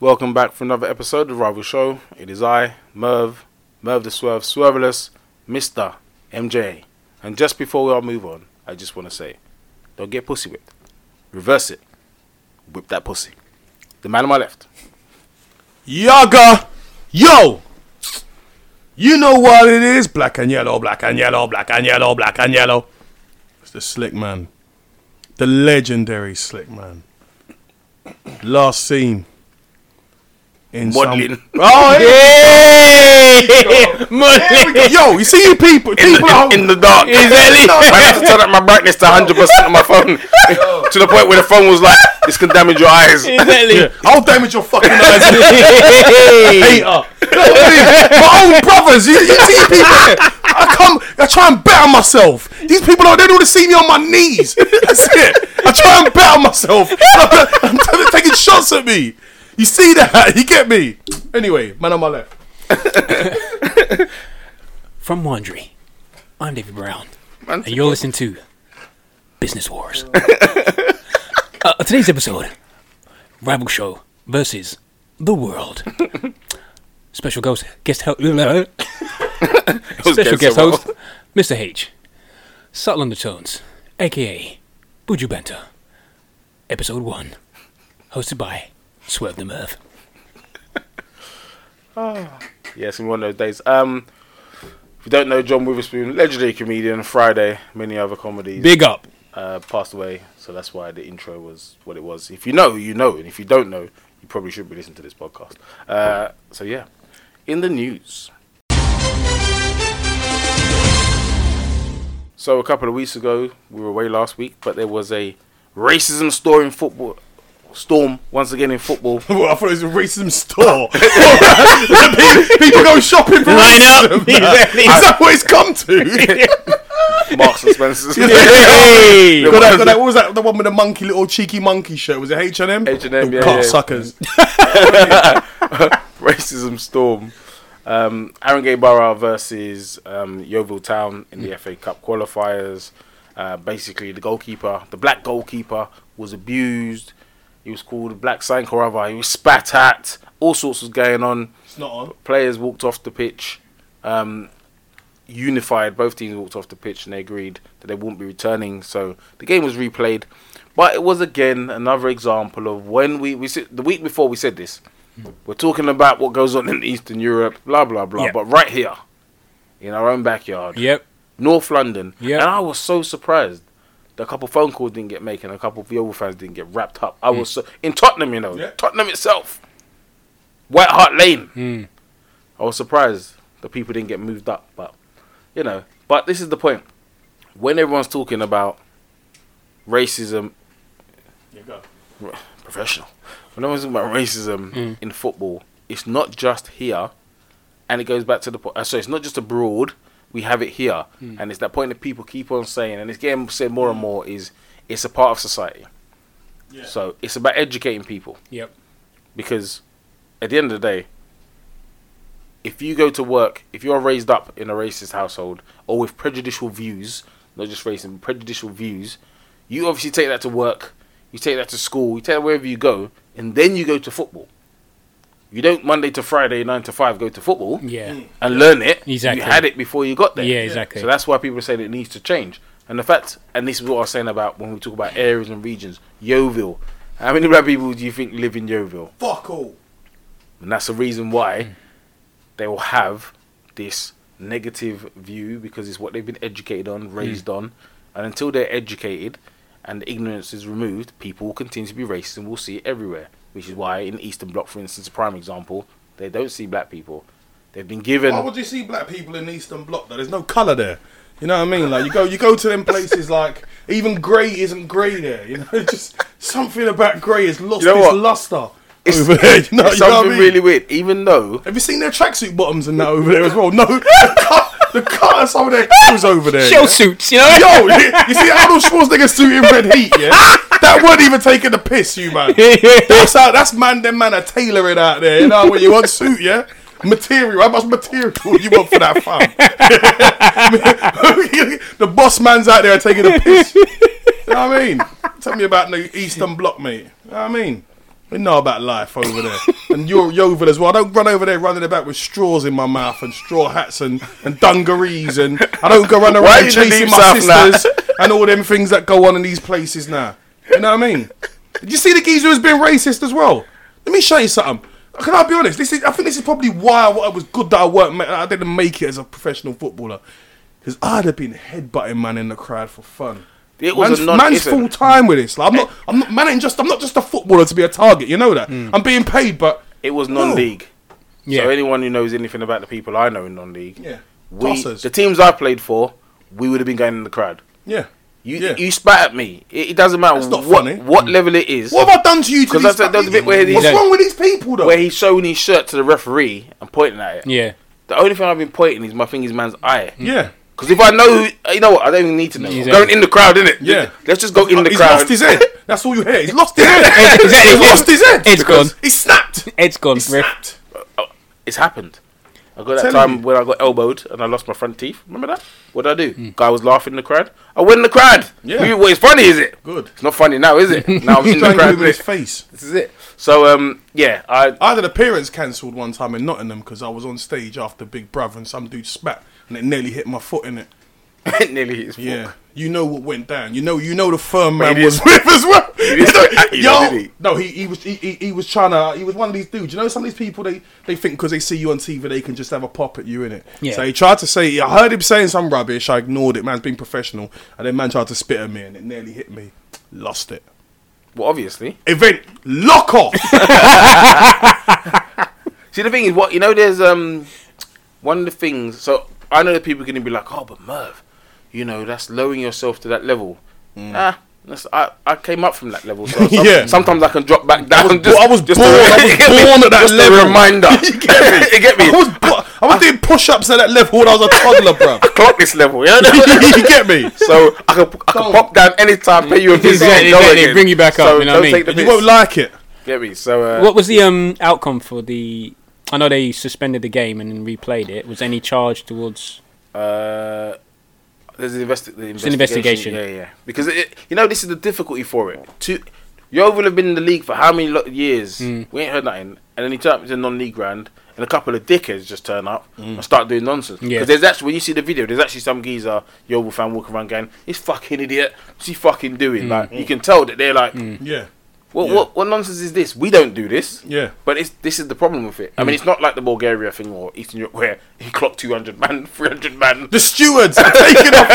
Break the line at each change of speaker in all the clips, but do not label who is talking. Welcome back for another episode of the Rival Show. It is I, Merv, Merv the Swerve, Swerveless, Mr. MJ. And just before we all move on, I just want to say, don't get pussy whipped. Reverse it. Whip that pussy. The man on my left.
Yaga, yo, you know what it is? Black and yellow, black and yellow, black and yellow, black and yellow. It's the slick man, the legendary slick man. Last seen in
Modeling.
Some... Oh yeah,
Modeling.
Yo, you see you people,
In,
people are-
in- in the dark.
Exactly.
I had to turn up my brightness to 100% on my phone. to the point where the phone was like, this can damage your eyes.
Yeah. I'll damage your fucking eyes. uh, Hater. My own brothers. You, you see people. I come. I try and better myself. These people don't. They don't want to see me on my knees. That's it. I try and better myself. I'm, I'm taking shots at me. You see that? You get me. Anyway, man on my left.
From Wandry, I'm David Brown,
Man,
and you're listening to Business Wars. uh, today's episode Rival Show versus The World. Special ghost, guest host,
it was
special
dead
guest
so well.
host, Mr. H. Subtle Undertones, aka Buju Banter. Episode 1, hosted by Swerve the Merv.
Yes, in one of those days. Um, if you don't know, John Witherspoon, legendary comedian, Friday, many other comedies,
Big up.
uh, passed away. So that's why the intro was what it was. If you know, you know. And if you don't know, you probably should be listening to this podcast. Uh, so, yeah. In the news. So, a couple of weeks ago, we were away last week, but there was a racism storm in football. Storm, once again in football.
Well, I thought it was a racism store. people go shopping for
Line up.
racism. man.
Exactly.
Is that what it's come to?
Marks and Spencer's.
Hey!
The ones
Got that, got
that-
that, what was that? The one with the monkey, little cheeky monkey shirt. Was it H and M?
H&M, yeah,
Car
yeah.
suckers.
racism storm. Um, Arangay Borough versus um, Yeovil Town in the FA Cup qualifiers. Uh, basically, the goalkeeper, the black goalkeeper, was abused. He was called a black sank or other. He was spat at. All sorts was going on.
It's not on.
Players walked off the pitch. Um, unified, both teams walked off the pitch and they agreed that they wouldn't be returning. So the game was replayed. But it was again another example of when we, we said- the week before we said this, we're talking about what goes on in Eastern Europe, blah, blah, blah.
Yeah.
But right here, in our own backyard,
Yep.
North London.
Yeah.
And I was so surprised. that A couple phone calls didn't get made, and a couple of Yeovil fans didn't get wrapped up. I was so, in Tottenham, you know,
Yeah.
Tottenham itself, White Hart Lane. I was surprised the people didn't get moved up, but you know. But this is the point: when everyone's talking about racism
You go.
professional. When I was talking about racism in football, it's not just here, and it goes back to the point. So it's not just abroad. We have it here, and it's that point that people keep on saying, and it's getting said more and more. Is it's a part of society.
Yeah.
So it's about educating people
Yep.
because at the end of the day, if you go to work, if you're raised up in a racist household or with prejudicial views, not just racism, but prejudicial views, you obviously take that to work, you take that to school, you take that wherever you go, and then you go to football. You don't Monday to Friday, nine to five, go to football
Yeah.
and learn it.
Exactly.
You had it before you got there.
Yeah, exactly.
So that's why people say that it needs to change. And the fact, and this is what I was saying about when we talk about areas and regions, Yeovil. How many black people do you think live in Yeovil?
Fuck all.
And that's the reason why they will have this negative view because it's what they've been educated on, raised on. And until they're educated and the ignorance is removed, people will continue to be racist and we'll see it everywhere. Which is why in Eastern Bloc, for instance, a prime example, they don't see black people. They've been given.
Why would you see black people in the Eastern Bloc? Though there's no colour there. You know what I mean? Like you go, you go to them places. Like even grey isn't grey there. You know, just something about grey has lost
You know
its
what?
luster
It's-
over there. You know,
It's
you know what
something
I mean?
really weird. Even though
Have you seen their tracksuit bottoms and that over there as well? No, the cut, the cut of some of their clothes over there.
Shell suits, you know?
Yo, you you see Arnold Schwarzenegger suit in red heat, yeah? That weren't even taking the piss, you man. That's how that's man them man are tailoring out there, you know when you want suit, yeah? Material, how much material you want for that fam? the boss man's out there taking the piss. You know what I mean? Tell me about the Eastern Bloc, mate. You know what I mean? They know about life over there. and you're Yeovil as well. I don't run over there running about with straws in my mouth and straw hats and, and dungarees. And I don't go run
Why you
around
in the
chasing
deep
my
south now?
sisters and all them things that go on in these places now. You know what I mean? Did you see the geezer who's been racist as well? Let me show you something. Can I be honest? This is, I think this is probably why I, it was good that I weren't. ma- I didn't make it as a professional footballer. Because I'd have been headbutting man in the crowd for fun.
It was
man's
a non-
man's
it's a-
full time with this. Like, I'm not. I'm not. Man ain't just. I'm not just a footballer to be a target. You know that. I'm being paid, but
It was non-league.
Yeah.
So anyone who knows anything about the people I know in non-league,
Yeah.
we,
Tossers.
the teams I played for, we would have been going in the crowd.
yeah.
You
yeah.
you spat at me. It, it doesn't matter
not
what
funny.
what level it is.
what have I done to you?
'Cause
to these
that's- that's the bit where he-
What's
Yeah.
wrong with these people though?
where he's showing his shirt to the referee and pointing at it.
Yeah.
The only thing I've been pointing is my finger's man's eye.
yeah.
Because if I know, who, uh, you know what? I don't even need to know.
Exactly.
Going in the crowd, innit?
Yeah.
Let's just go in the
He's
crowd.
lost his head. That's all you hear. He's lost his head.
Exactly.
He's lost his head.
Ed's gone.
He snapped.
Ed's gone.
He
Ref.
snapped.
Oh, it's happened. I got that
Telling
time
you.
when I got elbowed and I lost my front teeth. Remember that? What did I do? Guy was laughing in the crowd. I went in the crowd.
Hmm. Yeah.
We- well, it's funny, is it?
Good.
It's not funny now, is it? now I'm in the
Strangled
crowd.
him in his
innit?
face.
This is it. So um, yeah, I
I had an appearance cancelled one time in Nottingham because I was on stage after Big Brother and some dude spat and it nearly hit my foot in it.
nearly hit his foot.
Yeah, you know what went down. You know, you know the firm man
he
was
didn't-
with as well.
didn't start at you though,
Yo,
did he?
no, he, he was he, he, he was trying to. He was one of these dudes. You know, some of these people they they think because they see you on TV they can just have a pop at you in it.
Yeah.
So he tried to say. I heard him saying some rubbish. I ignored it. Man's been professional, and then man tried to spit at me, and it nearly hit me. Lost it.
Well, obviously.
Event lock off.
See, the thing is, what you know, there's um one of the things. So I know that people are going to be like, "Oh, but Merv, you know, that's lowering yourself to that level." Ah, that's, I I came up from that level. So some-
Mm. Yeah.
Sometimes I can drop back down.
was bo- I was born- I was
you get me?
born at that
just
level.
A reminder. you get me? You get me?
I was I was doing push ups at that level when I was a toddler, bro.
Clock this level. You know?
you get me?
so I can I can pop down anytime, pay you a visit,
Exactly,
and go
exactly,
again.
bring you back up,
So
you know
don't
what I
take
mean?
the piss.
You won't like it.
Get me? So uh,
What was the um outcome for the? I know they suspended the game and then replayed it. Was any charge towards?
Uh, there's an, investi- the investigation.
an investigation.
Yeah, yeah. Because it, you know this is the difficulty for it. To Yeovil have been in the league for how many lo- years?
Hmm.
We ain't heard nothing, and then he turns up to non-league ground, and a couple of dickheads just turn up and start doing nonsense. Because
Hmm. Yeah.
there's actually when you see the video, there's actually some geezer Yeovil fan walking around going, "This fucking idiot, what's he fucking doing?"
Hmm.
Like you can tell that they're like,
Yeah.
what,
Yeah.
what what nonsense is this? We don't do this.
Yeah.
But it's this is the problem with it. I
Hmm.
mean, it's not like the Bulgaria thing or Eastern Europe where he clocked 200 man, 300 man.
The stewards are taking off.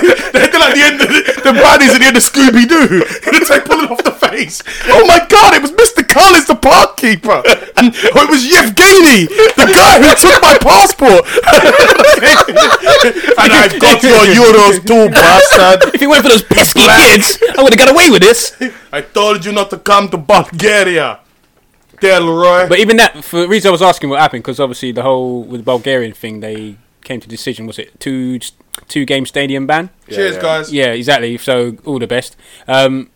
They're like the end of the, the baddies at the end of Scooby Doo. They're pulling off the face. Oh my god, it was Mr. Collins, the park keeper. And oh, it was Yevgeny, the guy who took my passport. and I've got your euros too, bastard.
If it weren't for those pesky kids, I would have got away with this.
I told you not to come to Bulgaria. Delroy.
But even that, for the reason I was asking what happened, because obviously the whole with the Bulgarian thing, they came to decision. Was it two two game stadium ban?
Cheers,
Yeah, yeah.
guys.
Yeah, exactly. So all the best. Um,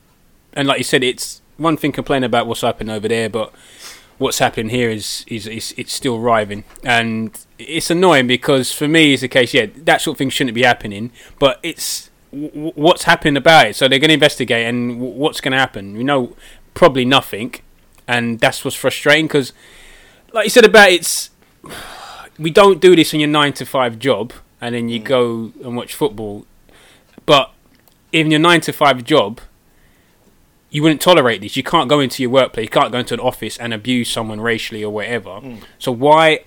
and like you said, it's one thing complain about what's happening over there, but what's happening here is is, is it's still riving, and it's annoying because for me, it's the case. Yeah, that sort of thing shouldn't be happening, but it's w- w- what's happening about it. So they're going to investigate, and w- what's going to happen? You know, probably nothing, and that's what's frustrating because, like you said about it's we don't do this in your nine to five job, and then you go and watch football. But in your nine to five job, you wouldn't tolerate this. You can't go into your workplace, you can't go into an office and abuse someone racially or whatever. So why?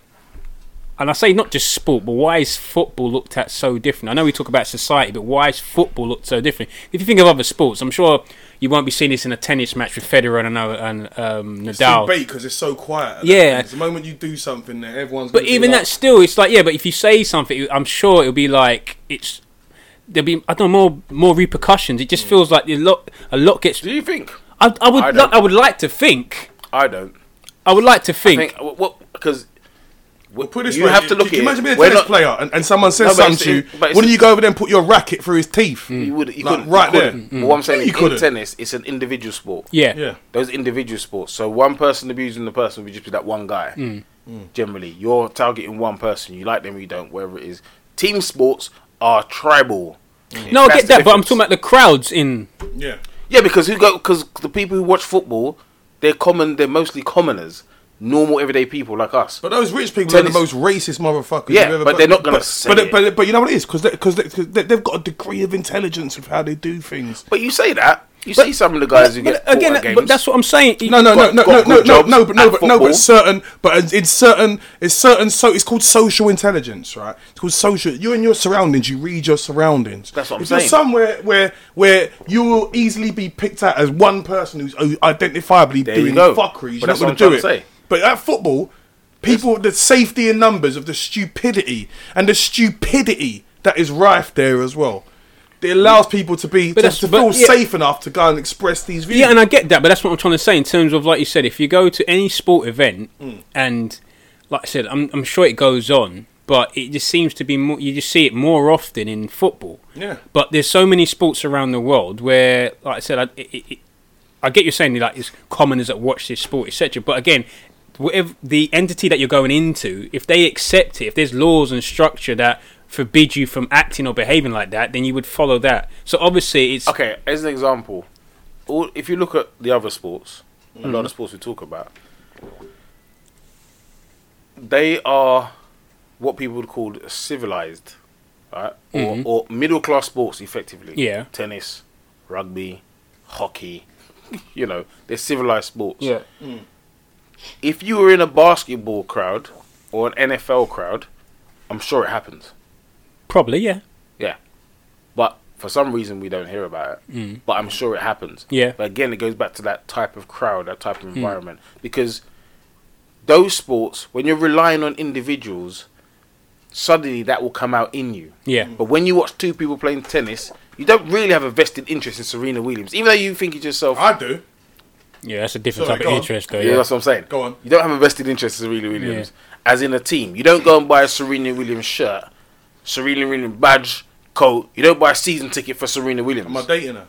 And I say not just sport, but why is football looked at so different? I know we talk about society, but why is football looked so different? If you think of other sports, I'm sure you won't be seeing this in a tennis match with Federer and, uh, and um, Nadal.
because it's so quiet.
Yeah.
The moment you do something, there everyone's.
But even that still, it's like yeah. But if you say something, I'm sure it'll be like it's there'll be I don't know more more repercussions. It just feels like a lot a lot gets.
Do you think?
I, I would
Mm. I
I,
don't.
I would like to think.
I don't
I would like to think.
think because
Put this
you
way,
have to look
could you
at it.
Imagine being a
We're
tennis
not-
player and, and someone says
No, but
something
it's-
to you.
it- but it's- Mm.
Wouldn't you go over there and put your racket through his teeth?
you would you
Like,
couldn't
right
you
there.
couldn't.
Mm.
But what I'm saying
You
is, in
couldn't.
tennis, it's an individual sport.
yeah.
Yeah.
Those individual sports. So one person abusing the person would just be that one guy.
Mm.
Mm.
Generally, you're targeting one person. You like them, you don't. Whatever it is. Team sports are tribal.
No,
That's
I get
the
Mm.
that, but I'm
difference.
talking about the crowds in
Yeah.
Yeah, because who go? Because the people who watch football, they're common. They're mostly commoners, normal everyday people like us.
But those rich people are the
Tennis-
most racist motherfuckers.
Yeah,
you've ever
but they're not gonna
But,
say
but,
it.
but but you know what it is because because they, 'cause they, have got a degree of intelligence with how they do things.
But you say that. You see some of the guys who
But
get
again,
again, games.
but that's what I'm saying.
No, no, no,
Got-
no,
got
no,
good
no, no,
jobs
no, but no,
at
but no,
football.
but certain, but it's certain, it's certain. So it's called social intelligence, right? It's called social. You're in your surroundings. You read your surroundings.
That's what I'm
if
saying.
You're somewhere where where you will easily be picked out as one person who's identifiably
you
doing
go.
fuckeries.
But
You're
that's
not
what
going
I'm
to do
trying
it.
to say.
But at football, people the safety in numbers of the stupidity and the stupidity that is rife there as well. It allows people to be to,
that's-
to
but
feel
yeah.
safe enough to go and express these views.
Yeah, and I get that, but that's what I'm trying to say in terms of, like you said, if you go to any sport event, and like I said, I'm, I'm sure it goes on, but it just seems to be more, you just see it more often in football.
Yeah.
But there's so many sports around the world where, like I said, I, it, it, it- I get you saying like it's commoners that watch this sport, etc. But again, whatever the entity that you're going into, if they accept it, if there's laws and structure that forbid you from acting or behaving like that, then you would follow that. So obviously, it's
okay. As an example, all, if you look at the other sports, a lot of sports we talk about, they are what people would call civilized, right? Or, or middle class sports, effectively.
Yeah.
Tennis, rugby, hockey. You know, they're civilized sports. If you were in a basketball crowd or an NFL crowd, I'm sure it happens.
probably yeah.
Yeah. But for some reason, we don't hear about it. Mm. But I'm sure it happens.
Yeah.
But again, it goes back to that type of crowd, that type of environment. Because those sports, when you're relying on individuals, suddenly that will come out in you.
Yeah.
But when you watch two people playing tennis, you don't really have a vested interest in Serena Williams. Even though you think to yourself,
I do.
Yeah, that's a different
Sorry,
type
go
of
on.
interest, though.
yeah,
Yeah.
that's what I'm saying.
Go on.
You don't have a vested interest in Serena Williams as in a team. You don't go and buy a Serena Williams shirt, Serena Williams badge, coat. You don't buy a season ticket for Serena Williams.
Am I dating her?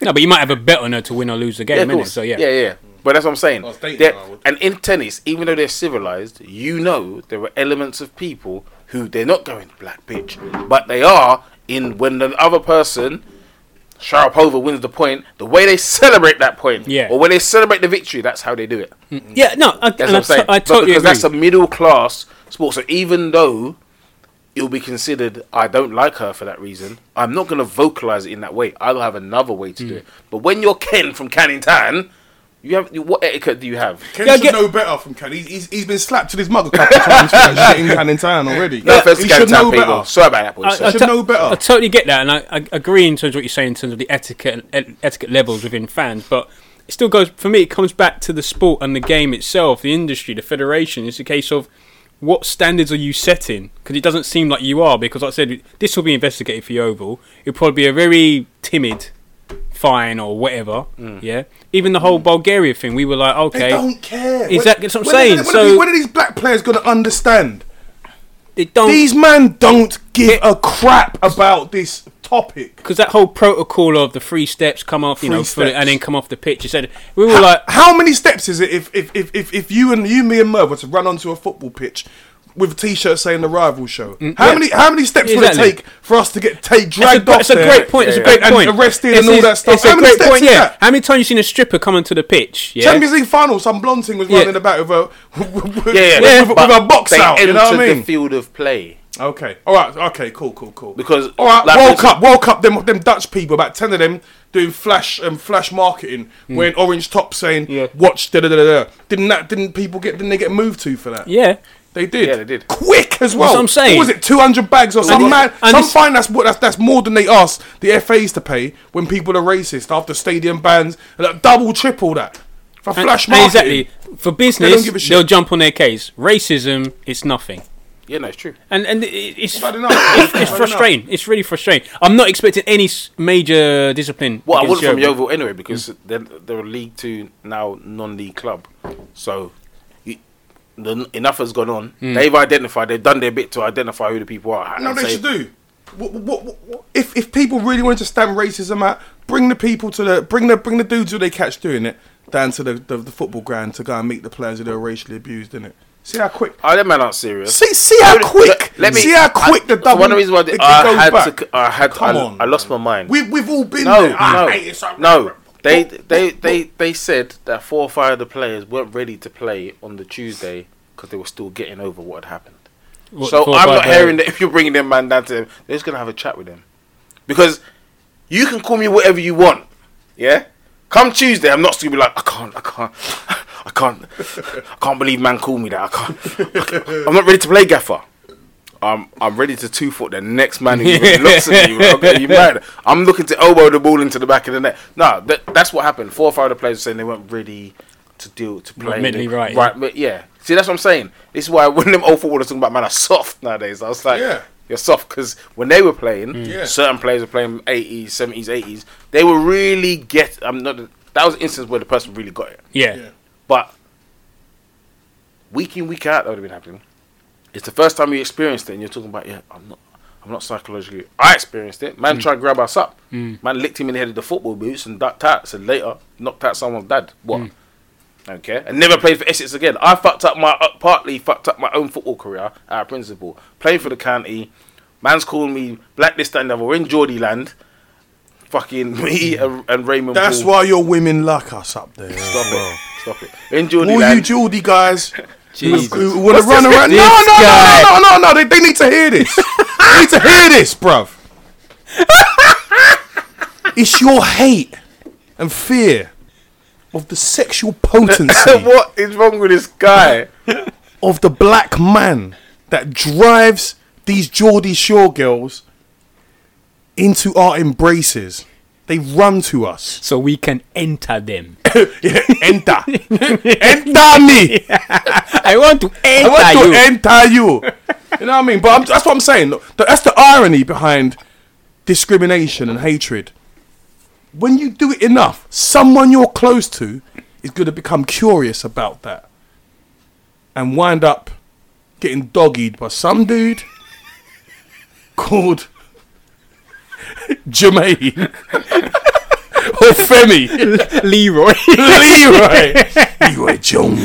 No, but you might have a bet on her to win or lose the game,
yeah, of
innit?
course.
So yeah.
yeah, yeah. But that's what I'm saying.
I was dating
They're-
her, I would.
and in tennis, even though they're civilized, you know there are elements of people who they're not going black bitch, but they are in when the other person. Sharapova wins the point. The way they celebrate that point,
Yeah.
or when they celebrate the victory, that's how they do it.
Yeah, no, I,
That's
and I
what I'm saying.
to- I
But
totally
because
agree.
that's a middle class sport. So even though it'll be considered, I don't like her for that reason. I'm not going to vocalize it in that way. I'll have another way to do
Hmm.
it. But when you're Ken from Canning Tan, you have what etiquette do you have?
Ken
Yeah, I
should
get-
know better from Ken. He's, he's, he's been slapped to his mug a couple of times for that shit in Canning Town already.
No offense
he
to Canning
should
Tan
know
people.
better.
Sorry about that, boys.
I, I
Sorry.
should
to-
know better.
I totally get that, and I, I agree in terms of what you're saying in terms of the etiquette and et- etiquette levels within fans. But it still goes for me. It comes back to the sport and the game itself, the industry, the federation. It's a case of what standards are you setting? Because it doesn't seem like you are. Because like I said this will be investigated for the Oval. It'll probably be a very timid fine or whatever. Yeah. Even the whole Bulgaria thing, we were like, okay,
Mm. They don't care.
Exactly, that's what I'm
When- when- When,
saying.
when,
So-
when are these black players going to understand?
they don't.
These man don't give a crap about this topic.
because that whole protocol of the three steps come off, you
Three
know, for the-
steps.
and then come off the pitch. You said we were like,
How many steps is it if if, if, if, if you and you, me, and Merv were to run onto a football pitch? With a T-shirt saying the rival show, how
Mm, yeah.
many how many steps would
Exactly.
it take for us to get take
that's a,
dragged
gr-
off
that's a
there
great point. It's a
Yeah,
great
and
point.
arrested
It's-
and all that
it's-
stuff?
It's
How
a
many
great
steps
point.
is
Yeah.
that?
How many times you seen a stripper come onto the pitch? Yeah.
Champions League final, some blonde thing was
Yeah.
running about with a with, with,
Yeah, yeah.
with,
But
with a box
they
out. You know what
entered
I
the
mean?
field of play.
Okay, all right, okay, cool, cool, cool.
Because-
all right,
like
World
this-
Cup, World Cup, them them Dutch people, about ten of them doing flash um, flash marketing, wearing orange tops, saying
Yeah.
watch da da da da. da." Didn't that? Didn't people get? Didn't they get moved to for that?
Yeah.
They did.
Yeah, they did.
Quick as well.
what I'm saying.
What was it 200 bags or some
this-
mad?
and
Some
this-
fine. That's what. That's that's more than they asked the FAs to pay when people are racist after stadium bans. Like double, triple that for
And-
flash
and
marketing.
exactly. For
don't
business,
give a shit.
they'll jump on their case. Racism, it's nothing.
Yeah, no, it's true.
And and it- it's
Bad enough. Bad
it's
enough.
frustrating. It's really frustrating. I'm not expecting any s- major discipline.
Well, I
against
would from
Yeovil. Mm.
Yeovil anyway because they're, they're a League Two now non-league club, so you, the, enough has gone on.
Mm.
They've identified. They've done their bit to identify who the people are.
No,
and
they
say-
should do. What, what, what, what- if if people really want to stamp racism out, bring the people to the bring the bring the dudes who they catch doing it down to the, the, the football ground to go and meet the players who are racially abused in it. See how quick.
Oh, that man aren't serious.
See, see how quick.
Let me-
see how quick the
That's
double.
one of the reasons why
it
I, had
goes back.
to, I had
Come
I,
on.
I lost my mind.
we, we've all been
no,
there. I hate
no,
it so
no. They, they, they, they said that four or five of the players weren't ready to play on the Tuesday because they were still getting over what had happened.
What,
so
four or
I'm
five
not
days?
hearing that if you're bringing them man down to them, they're just gonna have a chat with them because you can call me whatever you want. Yeah, come Tuesday, I'm not still gonna be like I can't, I can't, I can't, I can't believe man called me that. I can't. I'm not ready to play Gaffer. I'm I'm ready to two foot the next man who looks at me. bro. Okay, you mad? I'm looking to elbow the ball into the back of the net. No, that, that's what happened. Four or five of the players were saying they weren't ready to deal to play.
mentally right, yeah.
right, but yeah. See, that's what I'm saying. This is why when them old footballers talking about man are soft nowadays, I was like,
Yeah. Mm.
you're soft because when they were playing,
Yeah.
certain players were playing 80s, 70s, 80s. They were really get. I'm not. That was an instance where the person really got it.
Yeah.
Yeah.
But week in, week out, that would have been happening. It's the first time you experienced it, and you're talking about, yeah, I'm not, I'm not psychologically. I experienced it.
Mm.
Man tried to grab us up. Man licked him in the head with the football boots and ducked out. And later, knocked out someone's dad. What?
Mm.
Okay, and never played for Essex again. I fucked up my uh, partly fucked up my own football career at principal. Playing for the county, man's calling me blacklist and the other. We're in Geordie land. Fucking me and, and Raymond.
Mm. That's
Ball.
why your women like us up there.
Stop it! Stop it! We're in Geordie
All you
land.
Geordie guys
Jesus.
who want to
What's
run
this-
around. No,
this
no,
guy?
no, no, no, no, no. They, they need to hear this. they need to hear this, bruv. it's your hate and fear of the sexual potency
what is wrong with this guy?
of the black man that drives these Geordie Shore girls into our embraces. They run to us.
So we can enter them.
Yeah, enter. enter me.
I want to enter
I want to
you.
enter you. You know what I mean? But I'm, that's what I'm saying. Look, th- That's the irony behind discrimination and hatred. When you do it enough, someone you're close to is going to become curious about that and wind up getting doggied by some dude called Jermaine or Femi.
Leroy.
Leroy. Leroy Jones.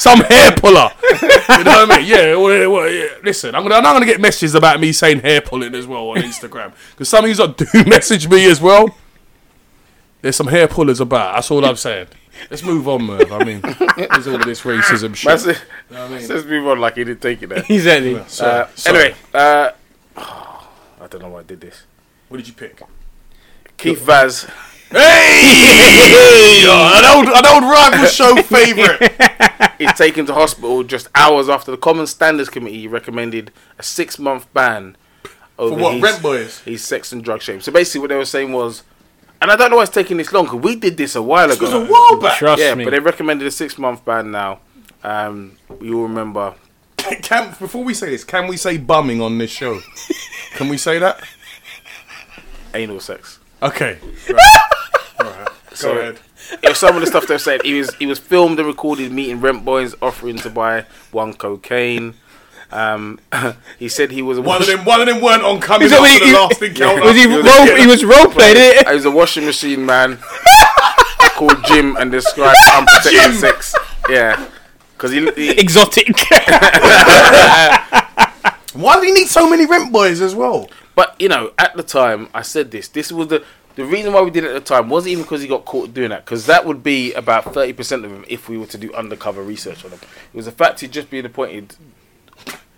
Some hair puller. You know what I mean? Yeah, well, well, yeah. Listen, I'm gonna, I'm not gonna get messages about me saying hair pulling as well on Instagram because some of you do message me as well. There's some hair pullers about. That's all I'm saying. Let's move on, man. I mean, there's all this racism shit.
That's it. Let's move on like he didn't take it there.
exactly.
Sorry,
Uh,
sorry.
Anyway, uh, I don't know why I did this.
what did you pick?
Keith Vaz.
Hey, Yo, an old, an old rival show favorite.
is taken to hospital just hours after the Common Standards Committee recommended a six month ban over
what,
his,
Rent Boys?
his sex and drug shame. So basically, what they were saying was, and I don't know why it's taking this long because we did this a while
It was a
ago.
while back.
Trust
yeah,
me.
but they recommended a six month ban now. Um, you all remember.
Can, before we say this, can we say bumming on this show? Can we say that?
Anal sex.
Okay.
So- It was some of the stuff they were saying. He was he was filmed and recorded meeting rent boys, offering to buy one cocaine. Um, he said he was a
One of
wash-
them, one of them weren't on coming
Is that
up
what
for
he-
the last encounter.
was he,
was-
role, he was role played it.
He was a washing machine man called Jim and described unprotected sex. Yeah, because he, he
Exotic.
Why did he need so many rent boys as well?
But you know, at the time, I said this. This was the the reason why we did it at the time wasn't even because he got caught doing that, because that would be about thirty percent of him if we were to do undercover research on him. It was the fact he'd just been appointed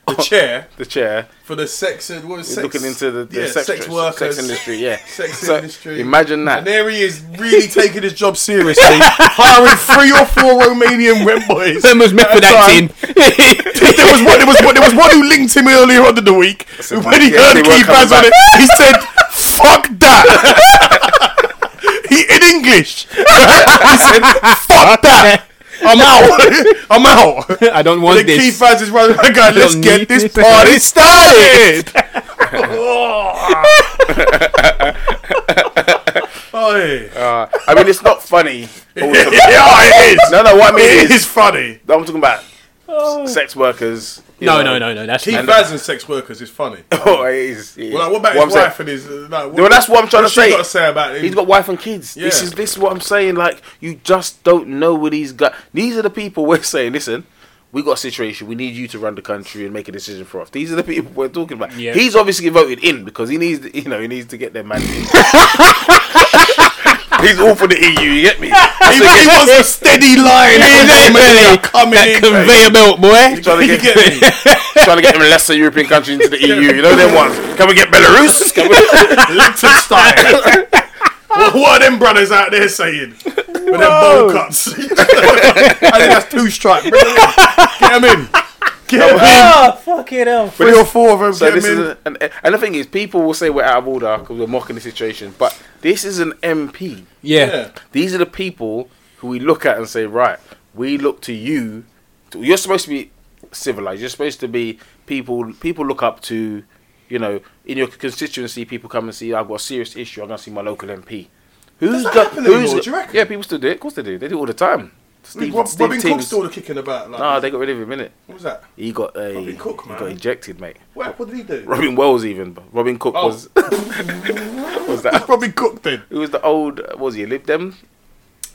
The chair
the chair,
for the sex and what is
Oh. he's
sex,
looking into the, the
yeah,
sex,
sex workers,
sex industry. Yeah,
sex
So,
industry.
Imagine
And
that.
there he is, really taking his job seriously, hiring three or four Romanian rent boys.
Them was
at a
method
time.
acting.
there was one. There was one. There was one who linked him earlier on in the week.
said,
when he
yeah,
heard
they were
Keith
coming
Bass on
back.
it, he said, "Fuck that." he in English. he said, "Fuck that." I'm out. I'm out.
I don't want
Then
this.
Keith Bass is running around going, "Let's
don't
get
need
this
this."
party started." Oi.
Uh, I mean, it's not funny. all the time.
yeah, it is.
no, no. What I mean is,
It is Oh. funny.
I'm talking about sex workers. you
No,
know.
no, no, no. That's
Keith
not-
Vaz and sex workers is funny.
Oh, it is. it is.
Well, like, what about
What
his
I'm
wife
saying-
and his? Uh, like, what,
Well, that's what I'm trying to
what's
say.
She got to say about him.
He's got wife and kids. This
Yeah.
is this is what I'm saying. Like you just don't know where these guys. These are the people we're saying. Listen, we got a situation. We need you to run the country and make a decision for us. These are the people we're talking about.
Yeah.
He's obviously voted in because he needs. You know, he needs to get their man. He's all for the EU. You get me?
he, he wants a steady line.
that belly,
coming
that
in,
conveyor belt, boy.
trying to
You
get,
get me?
trying to get him lesser European countries into the EU. You know them ones. Can we get Belarus? Can we-
style. what, what are them brothers out there saying? With their bowl cuts. I think that's two strike. Bring 'em in. Get them in. Get 'em in.
Oh, fuck it hell.
Three or four of them.
So
get 'em
this is
in.
a, an, and the thing is, people will say we're out of order because we're mocking the situation. But this is an MP.
Yeah.
yeah.
These are the people who we look at and say, right, we look to you. to- You're supposed to be civilized. You're supposed to be people. People look up to, you know, in your constituency. People come and see. I've got a serious issue. I'm gonna see my local MP. Who's
that
got?
happen
who's
anymore,
got-
do you reckon?
Yeah, people still do it. Of course they do. They do it all the time.
I mean, Rob, Robin
Teams-
Cook's still kicking about. Like,
Nah, they got rid of him, innit?
what was that?
He got a.
Robin Cook,
he got
man.
ejected, mate.
What, what did he do?
Robin Wells even. but Robin Cook
Oh.
was was that
Robin Cook then.
who was the old what was he Lib Dem?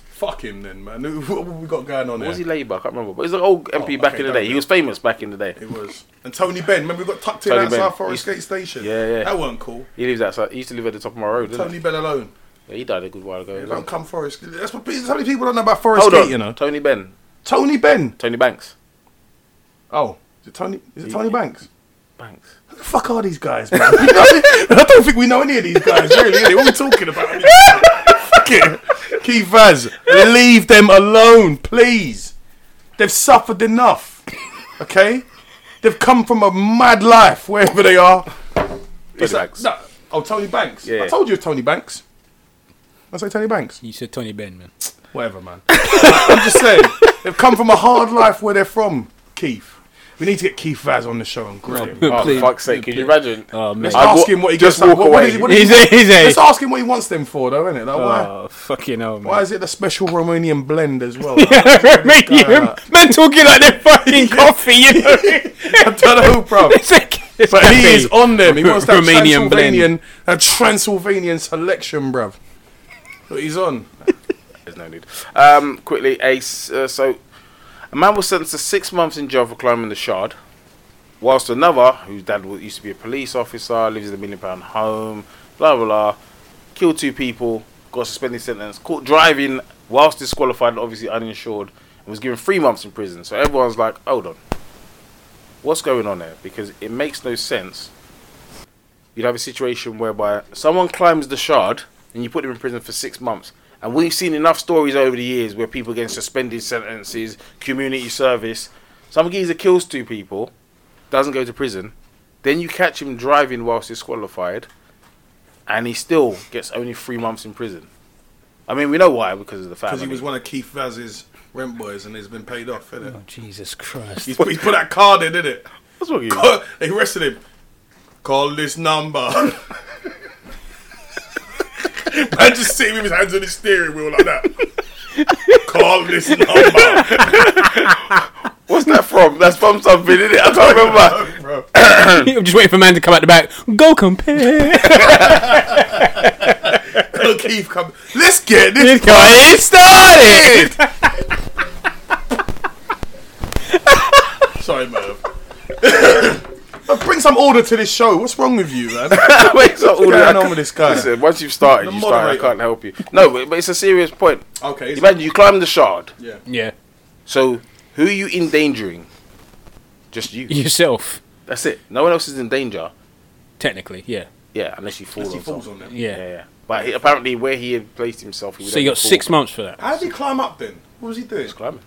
Fuck him then, man. Who- What have we got going on
What
there?
Was he Labour? I can't remember. But he's an old MP
Oh,
back
okay,
in the
don't
day. He
know.
was famous back in the day.
It was. And Tony Benn. Remember we got tucked in
Tony
outside
Benn.
Forest Gate Station?
Yeah, yeah.
That weren't cool.
He lives outside. He used to live at the top of my road, didn't
Tony Benn alone.
he? Yeah, he died a good while ago.
They don't come Forest Gate. That's what pe- how many people don't know about Forest
Hold
Gate,
on,
you know.
Tony Benn,
Tony Benn.
Tony Banks,
Oh. Is it Tony is it Tony Banks?
Banks.
Who the fuck are these guys, man? You know what I mean? I don't think we know any of these guys, really. innit? What are we talking about? I mean, fuck it. Keith Vaz, leave them alone, please. They've suffered enough. Okay? They've come from a mad life wherever they are.
Tony
It's like-
Banks.
no, oh, Tony Banks.
Yeah.
I told you it's Tony Banks. I say Tony Banks.
You said Tony Benn, man.
Whatever, man. I'm just saying, they've come from a hard life where they're from, Keith. We need to get Keith Vaz on the show and grill him.
Oh,
Please.
for fuck's sake! Can you imagine?
Oh, man.
Let's
I'd
ask
wa-
him what he
just
gets up-
walk
what- what
away.
is it- what is
He's a, he's a.
Let's ask him what he wants them for, though, innit? Like, why?
Oh, fucking hell, man.
Why is it the special Romanian blend as well?
Romanian man talking like they're fucking coffee, you know.
I don't know, bro.
It's like-
But he is on them. He wants that Romanian
Romanian blend.
Transylvanian, that Transylvanian selection, bruv. But he's on.
There's no need. Um, quickly, Ace. Uh, so, a man was sentenced to six months in jail for climbing the shard, whilst another, whose dad wa- used to be a police officer, lives in a million pound home, blah blah blah, killed two people, got suspended sentence, caught driving whilst disqualified and obviously uninsured, and was given three months in prison. So everyone's like, hold on, what's going on there? Because it makes no sense. You'd have a situation whereby someone climbs the shard and you put them in prison for six months. And we've seen enough stories over the years where people getting suspended sentences, community service. Some geezer kills two people, doesn't go to prison. Then you catch him driving whilst disqualified, and he still gets only three months in prison. I mean, we know why because of the family.
Because he was one of Keith Vaz's rent boys and he's been paid off, innit?
Jesus Christ.
He's, he's put that card in, innit?
What's wrong with you?
they arrested him. Call this number. Man just sitting with his hands on his steering wheel like that. Call this number.
What's that from? That's from something, is it? I can't remember.
Bro.
I'm just waiting for man to come out the back. Go compare.
Look, Keith, come. Let's get this.
This guy is started.
Sorry, man. but bring some order to this show. What's wrong with you, man?
Wait, so all
going
that-
on with this guy?
Listen, once you've started,
The
you started. I
moderator.
can't help you. No, but, but it's a serious point.
Okay. it's-
Imagine you climb the shard.
yeah.
Yeah,
So who are you endangering? Just you.
yourself
That's it. No one else is in danger.
technically. Yeah,
Yeah, unless you fall
Unless he
on
falls on
something.
them.
Yeah,
yeah.
yeah. But he, apparently, where he had placed himself, he would
So you
only
got
fall.
six months for that.
How did he climb up then? What was he doing?
climbing.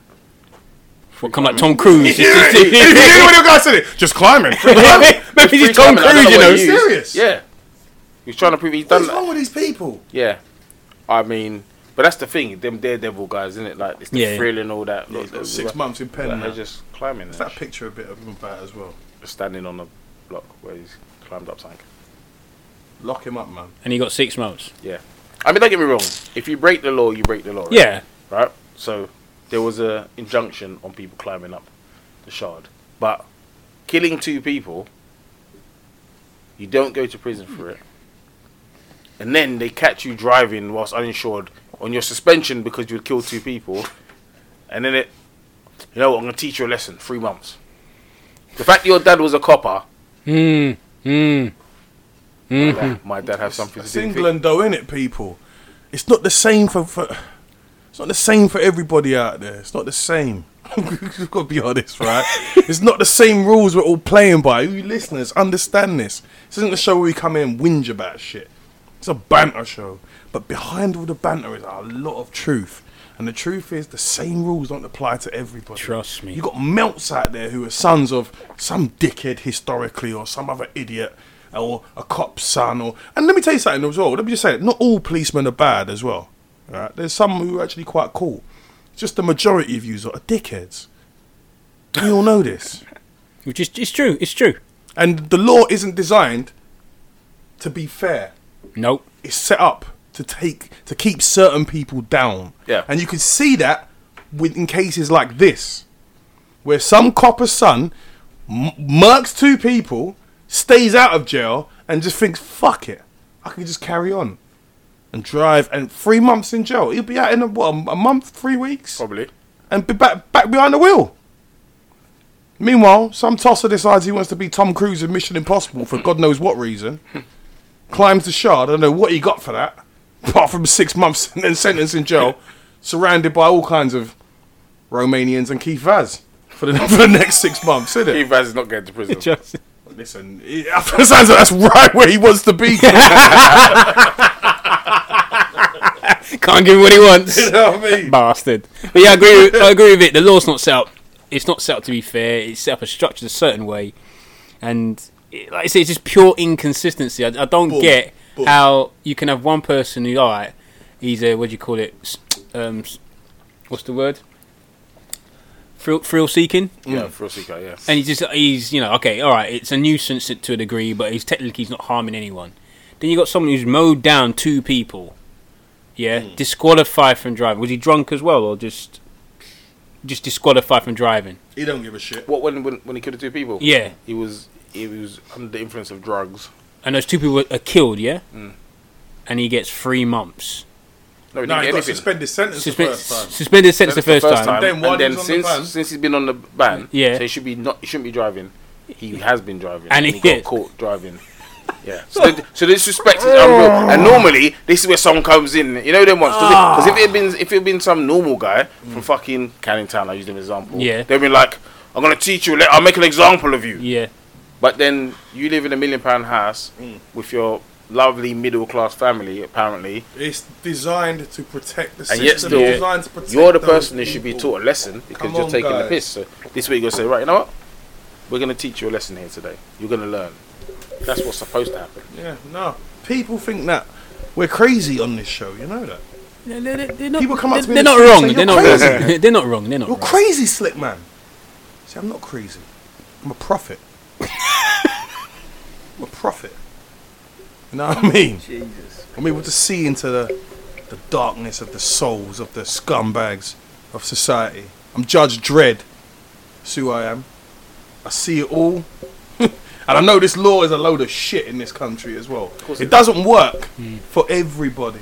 What come like Tom Cruise?
You hear it? You hear what the guy said it? Just climbing.
Maybe he's Tom
Climbing, I don't
Cruise,
know
you
what
know.
he used.
Serious?
Yeah. He's trying to prove he's done
What's
that.
wrong with these people?
Yeah. I mean, but that's the thing. Them daredevil guys, isn't it? Like it's the
Yeah, yeah.
thrill and all that.
Yeah,
Look,
he's got
they're-
six months in pen.
like, They're
now.
just climbing.
Is
and
that picture a bit of him about as well?
standing on a block where he's climbed up something.
Lock him up, man.
And he got six months.
Yeah. I mean, don't get me wrong. If you break the law, you break the law. Right?
Yeah,
Right. So there was a injunction on people climbing up, the shard. But killing two people, you don't go to prison for it. And then they catch you driving whilst uninsured on your suspension because you killed two people. And then it, you know what, I'm going to teach you a lesson. Three months. The fact that your dad was a copper,
Mm, mm.
like, my dad has something to
It's
do with it.
England, though, innit, people? It's not the same for, for. It's not the same for everybody out there. It's not the same. We've got to be honest, right? it's not the same rules we're all playing by. You listeners, understand this. This isn't a show where we come in and whinge about shit. It's a banter show. But behind all the banter is a lot of truth. And the truth is, the same rules don't apply to everybody.
Trust me.
You got melts out there who are sons of some dickhead historically or some other idiot or a cop's son or and let me tell you something as well, let me just say it, not all policemen are bad as well. Right? There's some who are actually quite cool. It's just the majority of yous are dickheads. We all know this.
Which is it's true. It's true.
And the law isn't designed to be fair
Nope.
it's set up to take to keep certain people down.
Yeah.
And you can see that with in cases like this, where some copper's son m- murks two people, stays out of jail, and just thinks, "Fuck it, I can just carry on." And drive and three months in jail. He'll be out in a, what, a month, three weeks,
Probably.
and be back back behind the wheel. Meanwhile, some tosser decides he wants to be Tom Cruise in Mission Impossible for God knows what reason. Climbs the shard. I don't know what he got for that, apart from six months and then sentence in jail, surrounded by all kinds of Romanians and Keith Vaz for the, for the next six months, isn't it?
Keith Vaz is not going to prison.
Just
Listen, it it sounds like that's right where he wants to be.
can't give him what he wants.
you know what I mean?
bastard. But yeah, I agree. With, I agree with it. The law's not set up. It's not set up to be fair. It's set up and structured a certain way, and it, like I say, it's just pure inconsistency. I, I don't
Boom.
get
Boom.
how you can have one person who, all right, he's a what do you call it? S- Um, s- what's the word? Thrill, thrill seeking,
Yeah, for a secret, yeah.
and he's just he's you know okay, all right, it's a nuisance to a degree, but he's technically he's not harming anyone. Then you got someone who's mowed down two people, yeah,
Hmm.
disqualified from driving. Was he drunk as well, or just just disqualified from driving?
He don't give a shit.
What when when, when he killed the two people?
Yeah.
he was he was under the influence of drugs.
And those two people were- are killed, yeah,
Hmm.
and he gets three months
No, he
No,
didn't
he
get
got
anything.
suspended sentence the
Suspe-
first time.
suspended since the first, time.
time. Then
and
while he
then
was on the
since
ban-
since he's been on the ban,
Yeah.
so he should be not he shouldn't be driving. He has been driving, and,
And he
he,
is.
got caught driving. Yeah, so the, so the disrespect is unreal. And normally, this is where someone comes in. You know them ones
Ah.
because if it had been if it had been some normal guy from fucking Canning Town, I used him as an example.
Mm. Yeah.
they'd be like, "I'm gonna teach you. I'll make an example of you."
Yeah,
But then you live in a million pound house
Mm.
with your lovely middle class family, apparently.
It's designed to protect the
And
system.
yet still,
It's designed to protect
you're the
those
person that should be
people.
taught a lesson because
Come
you're
on,
taking
guys.
the piss. So this week you're going to say, right, you know what? We're going to teach you a lesson here today. You're going to learn. That's what's supposed to happen.
Yeah, no. People think that we're crazy on this show. You know that.
they're, they're- they're not,
People come up to me in
they're
the
not
street
wrong.
and say,
They're not
"You're
wrong. They're not wrong. They're not
You're
wrong.
crazy, slick man. See, I'm not crazy. I'm a prophet. I'm a prophet. You know what I mean?
Jesus.
I'm able to see into the the darkness of the souls of the scumbags of society. I'm Judge Dredd. That's who I am. I see it all. and I know this law is a load of shit in this country as well.
course
It,
it
doesn't work
Mm.
for everybody.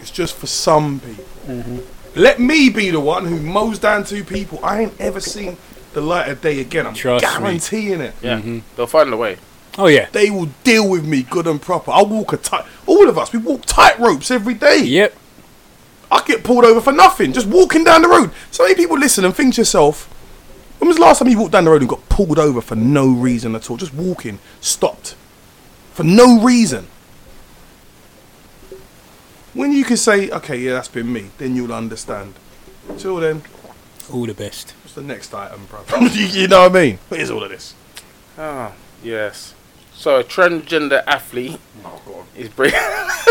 It's just for some people.
Mm-hmm.
Let me be the one who mows down two people. I ain't ever seen the light of day again. I'm
Trust me.
guaranteeing it.
Yeah. They'll find a way.
Oh yeah.
They will deal with me good and proper. I walk a tight. All of us, we walk tight ropes every day.
Yep.
I get pulled over for nothing, just walking down the road. So many people listen and think to yourself, when was the last time you walked down the road and got pulled over for no reason at all? Just walking, stopped. For no reason. When you can say, okay, yeah, that's been me, then you'll understand. Till then,
All the best.
what's the next item, brother? you, you know what I mean? What is all of this?
Ah, yes. So a transgender athlete
Oh, God.
is, break-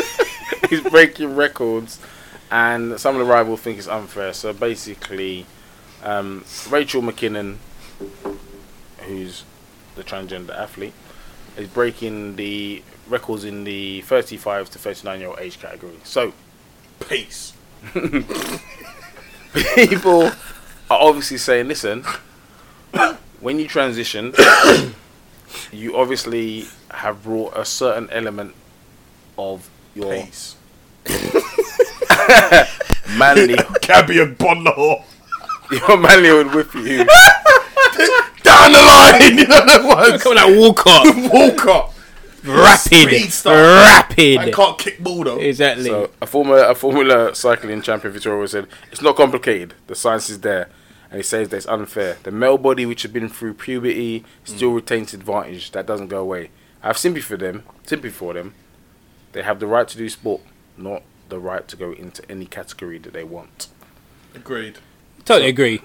is breaking records, and some of the rivals think it's unfair. So basically, um, Rachel McKinnon, who's the transgender athlete, is breaking the records in the 35 to 39 year old age category. So
Peace.
people are obviously saying, listen, when you transitioned, you obviously have brought a certain element of your
Peace.
manly,
Gabby and Bonlaw.
your manlyhood with you.
Down the line, you know that one.
Coming out Walcott,
Walcott.
rapid,
Speedster. I
rapid.
can't kick ball though.
Exactly.
So a former a Formula cycling champion Vittorio said, "It's not complicated. The science is there." And he says that it's unfair. The male body, which has been through puberty,
Mm.
still retains advantage. That doesn't go away. I have sympathy for them. Sympathy for them. They have the right to do sport, not the right to go into any category that they want.
Agreed.
totally agree.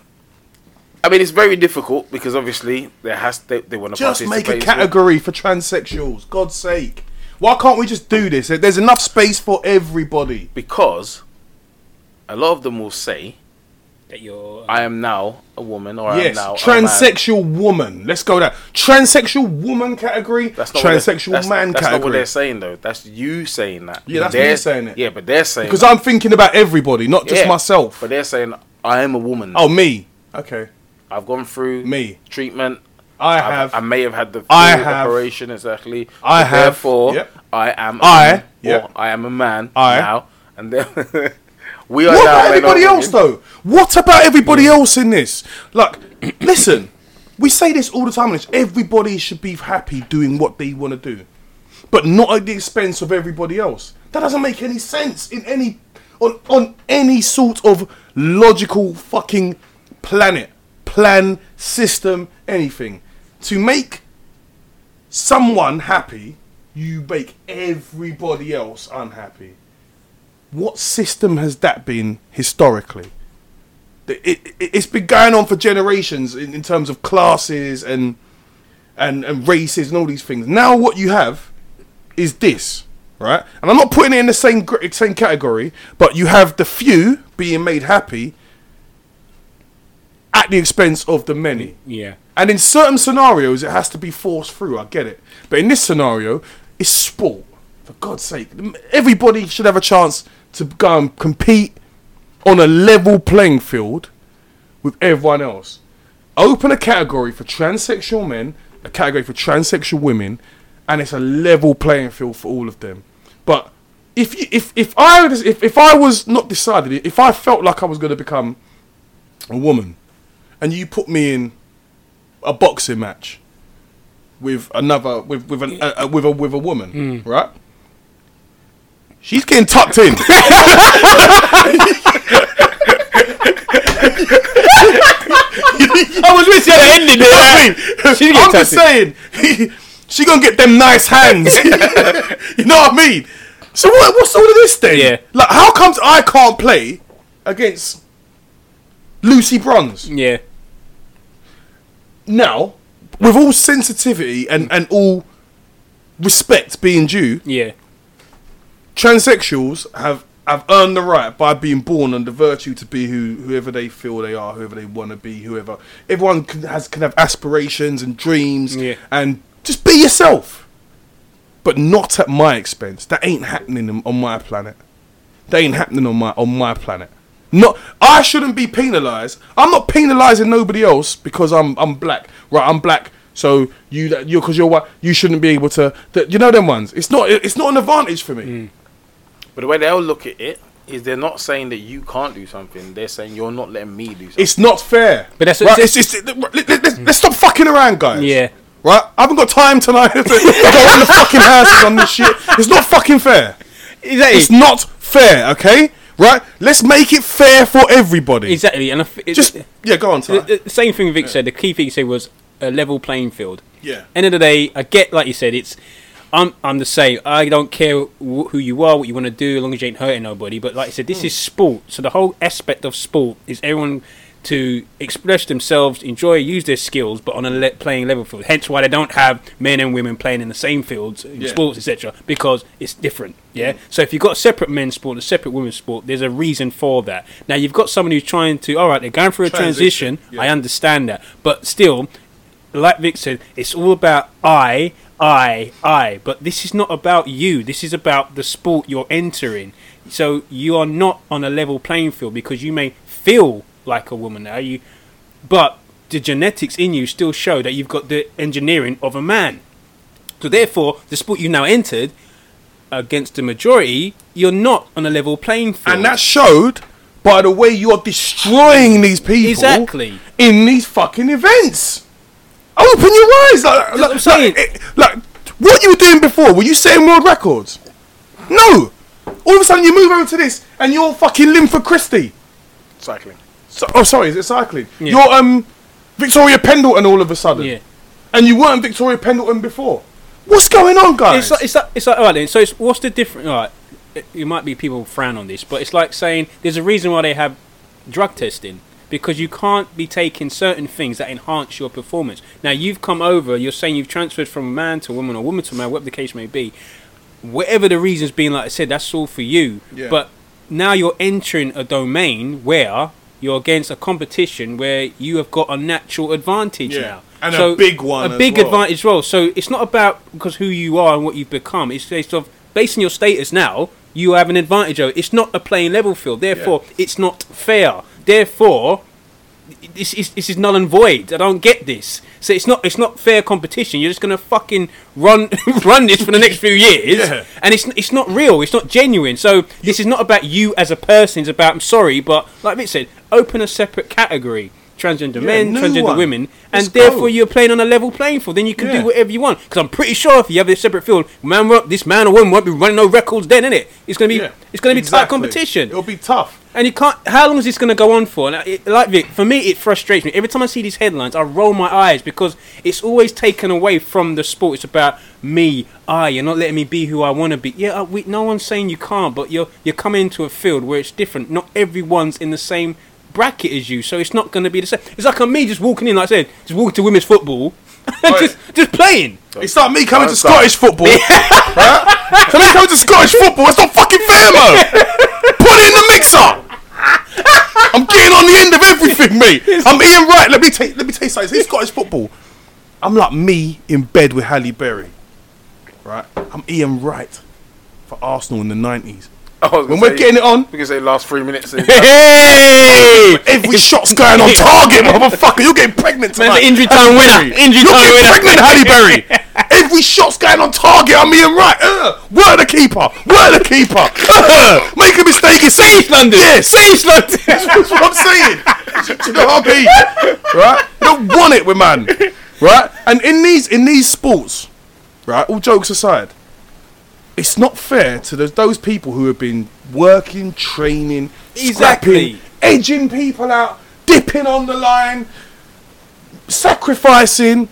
I mean, it's very difficult because obviously there has they, they want to
Just make a
in sport.
category for transsexuals. God's sake. Why can't we just do this? There's enough space for everybody.
because a lot of them will say,
That you're.
"I am now a woman," or "I am
Yes,
now a man."
transsexual woman. Let's go down. Transsexual woman category.
That's not what they're-
transsexual
that's-
man
That's not what
category.
they're saying though. That's you saying that.
Yeah, that's
They're-
me saying it.
Yeah, but they're saying
Because I'm thinking about everybody, not just
Yeah,
myself.
But they're saying I am a woman.
Oh, me. Okay.
I've gone through
Me.
treatment.
I
I've-
have.
I may have had the
I
full
have.
operation exactly.
I
but
have.
Therefore,
Yep.
I am. a
I-
woman, or
yep.
I am a man
I-
now, and then we are
What
now.
about
men
everybody
are
else
women.
though? What about everybody else in this? Like, listen, we say this all the time. and it's Everybody should be happy doing what they want to do, but not at the expense of everybody else. That doesn't make any sense in any on on any sort of logical fucking planet, plan, system, anything. To make someone happy, you make everybody else unhappy what system has that been historically? It, it, it's been going on for generations in, in terms of classes and, and and races and all these things. Now what you have is this, right? And I'm not putting it in the same gr- same category, but you have the few being made happy at the expense of the many.
yeah.
And in certain scenarios, it has to be forced through. I get it. But in this scenario, it's sport. For God's sake, everybody should have a chance to go and compete on a level playing field with everyone else. Open a category for transsexual men, a category for transsexual women, and it's a level playing field for all of them. But if you, if if I was- if, if I was not decided, if I felt like I was going to become a woman, and you put me in a boxing match with another with with an, a, a, with a with a woman, right? She's getting tucked in.
I was with you at the ending.
Trust me.
She
I'm
get
just saying, she gonna get them nice hands. you know what I mean? So what, what's all of this then?
Yeah.
Like, how comes I can't play against Lucy Bronze?
Yeah.
now, with all sensitivity and, and all respect being due,
Yeah.
transsexuals have, have earned the right by being born and the virtue to be who whoever they feel they are, whoever they want to be, whoever. Everyone can, has can have aspirations and dreams,
Yeah.
and just be yourself, but not at my expense. That ain't happening on- on my planet. That ain't happening on my on my planet. Not I shouldn't be penalized. I'm not penalizing nobody else because I'm I'm black. Right, I'm black. So you that you because you're white, you shouldn't be able to. That, you know them ones. It's not it's not an advantage for me.
But the way they'll look at it is they're not saying that you can't do something. They're saying you're not letting me do something.
It's not fair.
But that's-
right. It's, it's, let, us let's stop fucking around, guys.
Yeah.
Right. I haven't got time tonight. I don't want the fucking houses on this shit. It's not fucking fair.
Exactly.
It's not fair. Okay. Right. Let's make it fair for everybody.
exactly. And I f- it-
Just yeah. Go on, Ty.
the, the same thing Vic said. The key thing he said was a level playing field.
Yeah.
End of the day, I get like you said. It's I'm I'm the same. I don't care wh- who you are, what you want to do, as long as you ain't hurting nobody. But like I said, this
Hmm.
is sport. So the whole aspect of sport is everyone to express themselves, enjoy, use their skills, but on a le- playing level field. Hence why they don't have men and women playing in the same fields in
Yeah.
sports, etc. Because it's different. Yeah. So if you've got a separate men's sport, a separate women's sport, there's a reason for that. Now you've got someone who's trying to. All right, they're going through a
Transition,
transition.
yeah.
I understand that, but still, like Vic said, it's all about I, I, I. But this is not about you. This is about the sport you're entering. So you are not on a level playing field because you may feel like a woman now. You, but the genetics in you still show that you've got the engineering of a man. So therefore, the sport you now entered against the majority, you're not on a level playing field.
And that showed by the way you are destroying these people
Exactly.
in these fucking events. Open your eyes. Like, like,
what I'm saying.
like, eh, like, what you were doing before, were you setting world records? No. All of a sudden you move over to this and you're fucking Linford Christie.
Cycling.
So, oh, sorry, is it cycling?
Yeah.
You're um, Victoria Pendleton all of a sudden.
yeah.
And you weren't Victoria Pendleton before. What's going on, guys?
It's like, it's like, it's like, all right then. So, it's, what's the difference? All right, it- it might be people frown on this, but it's like saying there's a reason why they have drug testing because you can't be taking certain things that enhance your performance. Now, you've come over, you're saying you've transferred from man to woman or woman to man, whatever the case may be. Whatever the reasons being, like I said, that's all for you.
Yeah.
But now you're entering a domain where you're against a competition where you have got a natural advantage
Yeah.
now.
And a big one
A
as
big
well.
advantage as well. So it's not about because who you are and what you've become. It's based off based on your status now. You have an advantage over. It's not a playing level field. Therefore, it's not fair. Therefore, this is this is null and void. I don't get this. So it's not it's not fair competition. You're just gonna fucking run run this for the next few years,
Yeah.
and it's it's not real. It's not genuine. So this is not about you as a person. It's about I'm sorry, but like Mick said, open a separate category. Transgender men,
new
transgender
one.
women, and
Let's go.
therefore you're playing on a level playing field. Then you can
Yeah.
do whatever you want. Because I'm pretty sure if you have a separate field, man, won't- this man or woman won't be running no records. Then, innit? It's gonna be
Yeah.
it's gonna be tight
Exactly.
competition.
It'll be tough.
And you can't. How long is this going to go on for? And I- it, like Vic, for me, it frustrates me every time I see these headlines. I roll my eyes because it's always taken away from the sport. It's about me, I. You're not letting me be who I want to be. Yeah, uh, we, no one's saying you can't, but you're you're coming into a field where it's different. Not everyone's in the same bracket as you, so it's not going to be the same. It's like me just walking in, like I said, just walking to women's football, and
Right.
just just playing.
It's like me coming to
Don't start.
Scottish football. huh? So me coming to Scottish football, it's not fucking fair, man. Put it in the mixer. I'm getting on the end of everything, mate. I'm Ian Wright. Let me take. Let me tell you something. See Scottish football. I'm like me in bed with Halle Berry, right? I'm Ian Wright for Arsenal in the '90s.
I was gonna
When we're
say-
getting it on,
We can say last three minutes. and-
Hey! Every shot's going on target, motherfucker. You're getting pregnant
Man's
tonight.
an injury
That's
time winner.
scary.
Injury
You're
time
getting
winner.
pregnant, Halle Berry. Every shot's going on target. I'm Ian Wright. Uh, work the keeper. Work the keeper. Uh, make a mistake. It's
Safe London.
Yeah,
safe London.
That's what I'm saying. Do you know what I mean? Right? You don't want it with man. Right? And in these in these sports, right, all jokes aside, it's not fair to those, those people who have been working, training,
Exactly.
scrapping, edging people out, dipping on the line, sacrificing,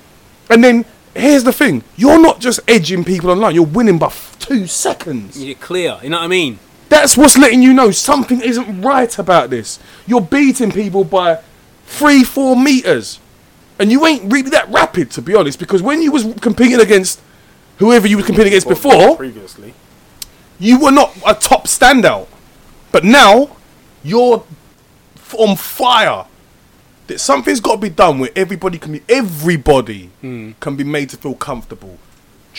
and then here's the thing: you're not just edging people online; you're winning by f- two seconds.
You're clear. You know what I mean?
That's what's letting you know something isn't right about this. You're beating people by three, four meters, and you ain't really that rapid, to be honest. Because when you was competing against whoever you were competing against before,
Previously.
you were not a top standout, but now you're f- on fire. That something's got to be done where everybody can be everybody can be made to feel comfortable.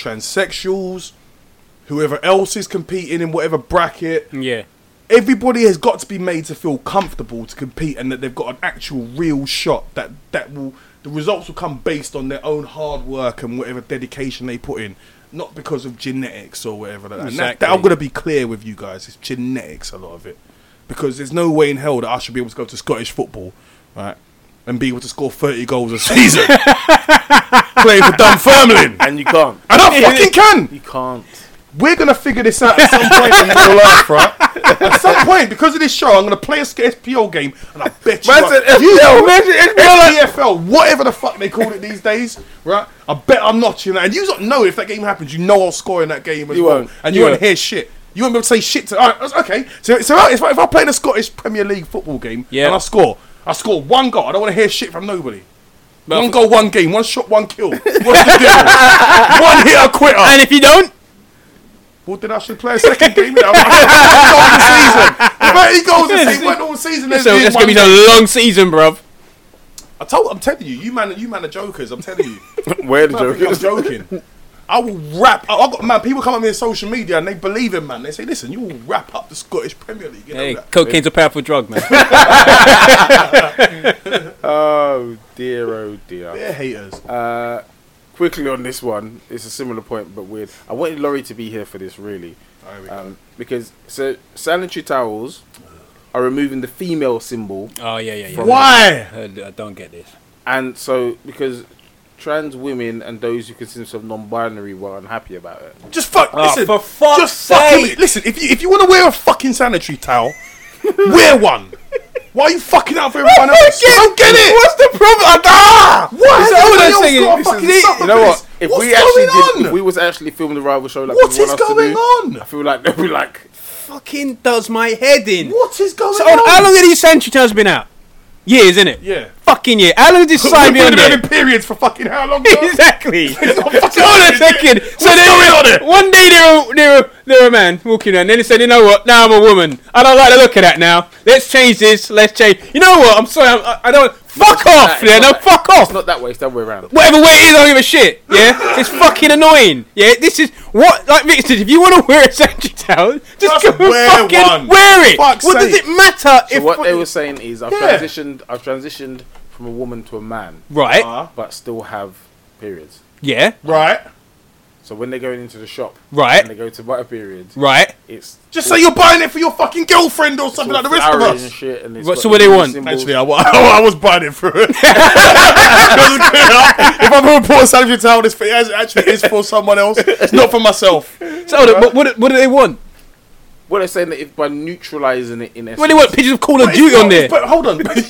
Transsexuals, whoever else is competing in whatever bracket,
Yeah.
everybody has got to be made to feel comfortable to compete and that they've got an actual real shot that that will the results will come based on their own hard work and whatever dedication they put in not because of genetics or whatever like that. And that, that
Exactly.
I'm gonna be clear with you guys it's genetics a lot of it because there's no way in hell that I should be able to go to Scottish football right and be able to score 30 goals a season playing for Dunfermline
And you can't.
and I fucking can
You can't.
we're gonna figure this out at some point in your life, right? At some point, because of this show, I'm gonna play a sk- SPL game, and I bet you,
Man
I-
said
you
SPL, man said SPL.
SPFL, whatever the fuck they call it these days, right? I bet I'm not you know, and you don't know if that game happens. You know I'll score in that game as
You
well,
won't.
and you,
You
won't
won't.
hear shit. You won't be able to say shit to. All right, okay, so so if I, if I play in a Scottish Premier League football game
Yeah.
and I score, I score one goal. I don't want to hear shit from nobody.
But-
one goal, one game, one shot, one kill. What's the deal? one hit, a quitter.
And if you don't,
Well, then I should play a second game. now. I'm like, he goes the season. If he goes the same all season. There's
so
been
that's gonna be
one-
a long season, bruv.
I told, I'm telling you, you man, you man are jokers. I'm telling you.
Where the
I think I'm
joke?
joking. I will wrap. I, I got man. People come at me on social media and they believe in man. They say, "Listen, you will wrap up the Scottish Premier League." You know
Hey,
that.
cocaine's a powerful drug, man.
Oh dear, oh dear.
They're haters.
Uh, quickly on this one, it's a similar point but weird. I wanted Laurie to be here for this really,
There we go.
um, because so sanitary towels are removing the female symbol,
oh yeah, yeah, yeah.
Why?
I, I don't get this.
and so because trans women and those who consider themselves non-binary were unhappy about it.
Just fuck.
Oh,
listen,
for fuck's
just fucking
sake.
listen. If you if you want to wear a fucking sanitary towel, wear one. Why are you fucking out for everyone else? I don't get it. What's the problem? Ah, what? Has
all I'm
everyone else
saying
got a
is-
fucking
this is-
suffer
You know what?
for this?
If
What's
we actually
going
did,
on?
if we was actually filming the rival show like
What
people
is
want us to
going
do,
on?
I feel like they'd be like,
Fucking does my head in.
what is going
So,
on?
how long have these sanitary towels been out? Years, innit?
Yeah.
Fucking year. How long did this
We've
sign be on
been
there?
having periods for fucking how long? bro?
exactly.
Hold on
Hold on a second. So
What's
they-
going on here?
One day they're a, they're, a, they're a man walking around, then they said, you know what, now I'm a woman. I don't like the look of that now. Let's change this, let's change. You know what, I'm sorry, I'm, I, I don't. Fuck
Nah,
off,
it's
yeah,
not
no,
that-
fuck
It's
off.
not that way. It's that way around.
Whatever way it is, I don't give a shit, yeah? It's fucking annoying, yeah? This is what, like Vic said, if you want to wear a sanitary towel, just,
Just
go and
wear
fucking
one.
wear it.
Fuck's
what does
sake.
it matter
So
if.
what they were saying is, I've
Yeah.
transitioned. I've transitioned from a woman to a man,
right,
Uh,
but still have periods.
yeah,
Right.
So when they're going into the shop,
Right.
and they go to buy a period,
right.
it's
Just say you're buying it for your fucking girlfriend or something like the rest of
flowers and
us.
shit, and it's
Right,
got
so what they
little
want?
symbols.
Actually, I, wa- I was buying it for it. if I'm going to put a sanitary towel, this for, it actually is for someone else. It's not for myself.
So hold on, what, what, what do they want?
what they're saying that if by neutralizing it in essence,
What do they want? Pictures of Call of Duty on there.
But hold on. fucking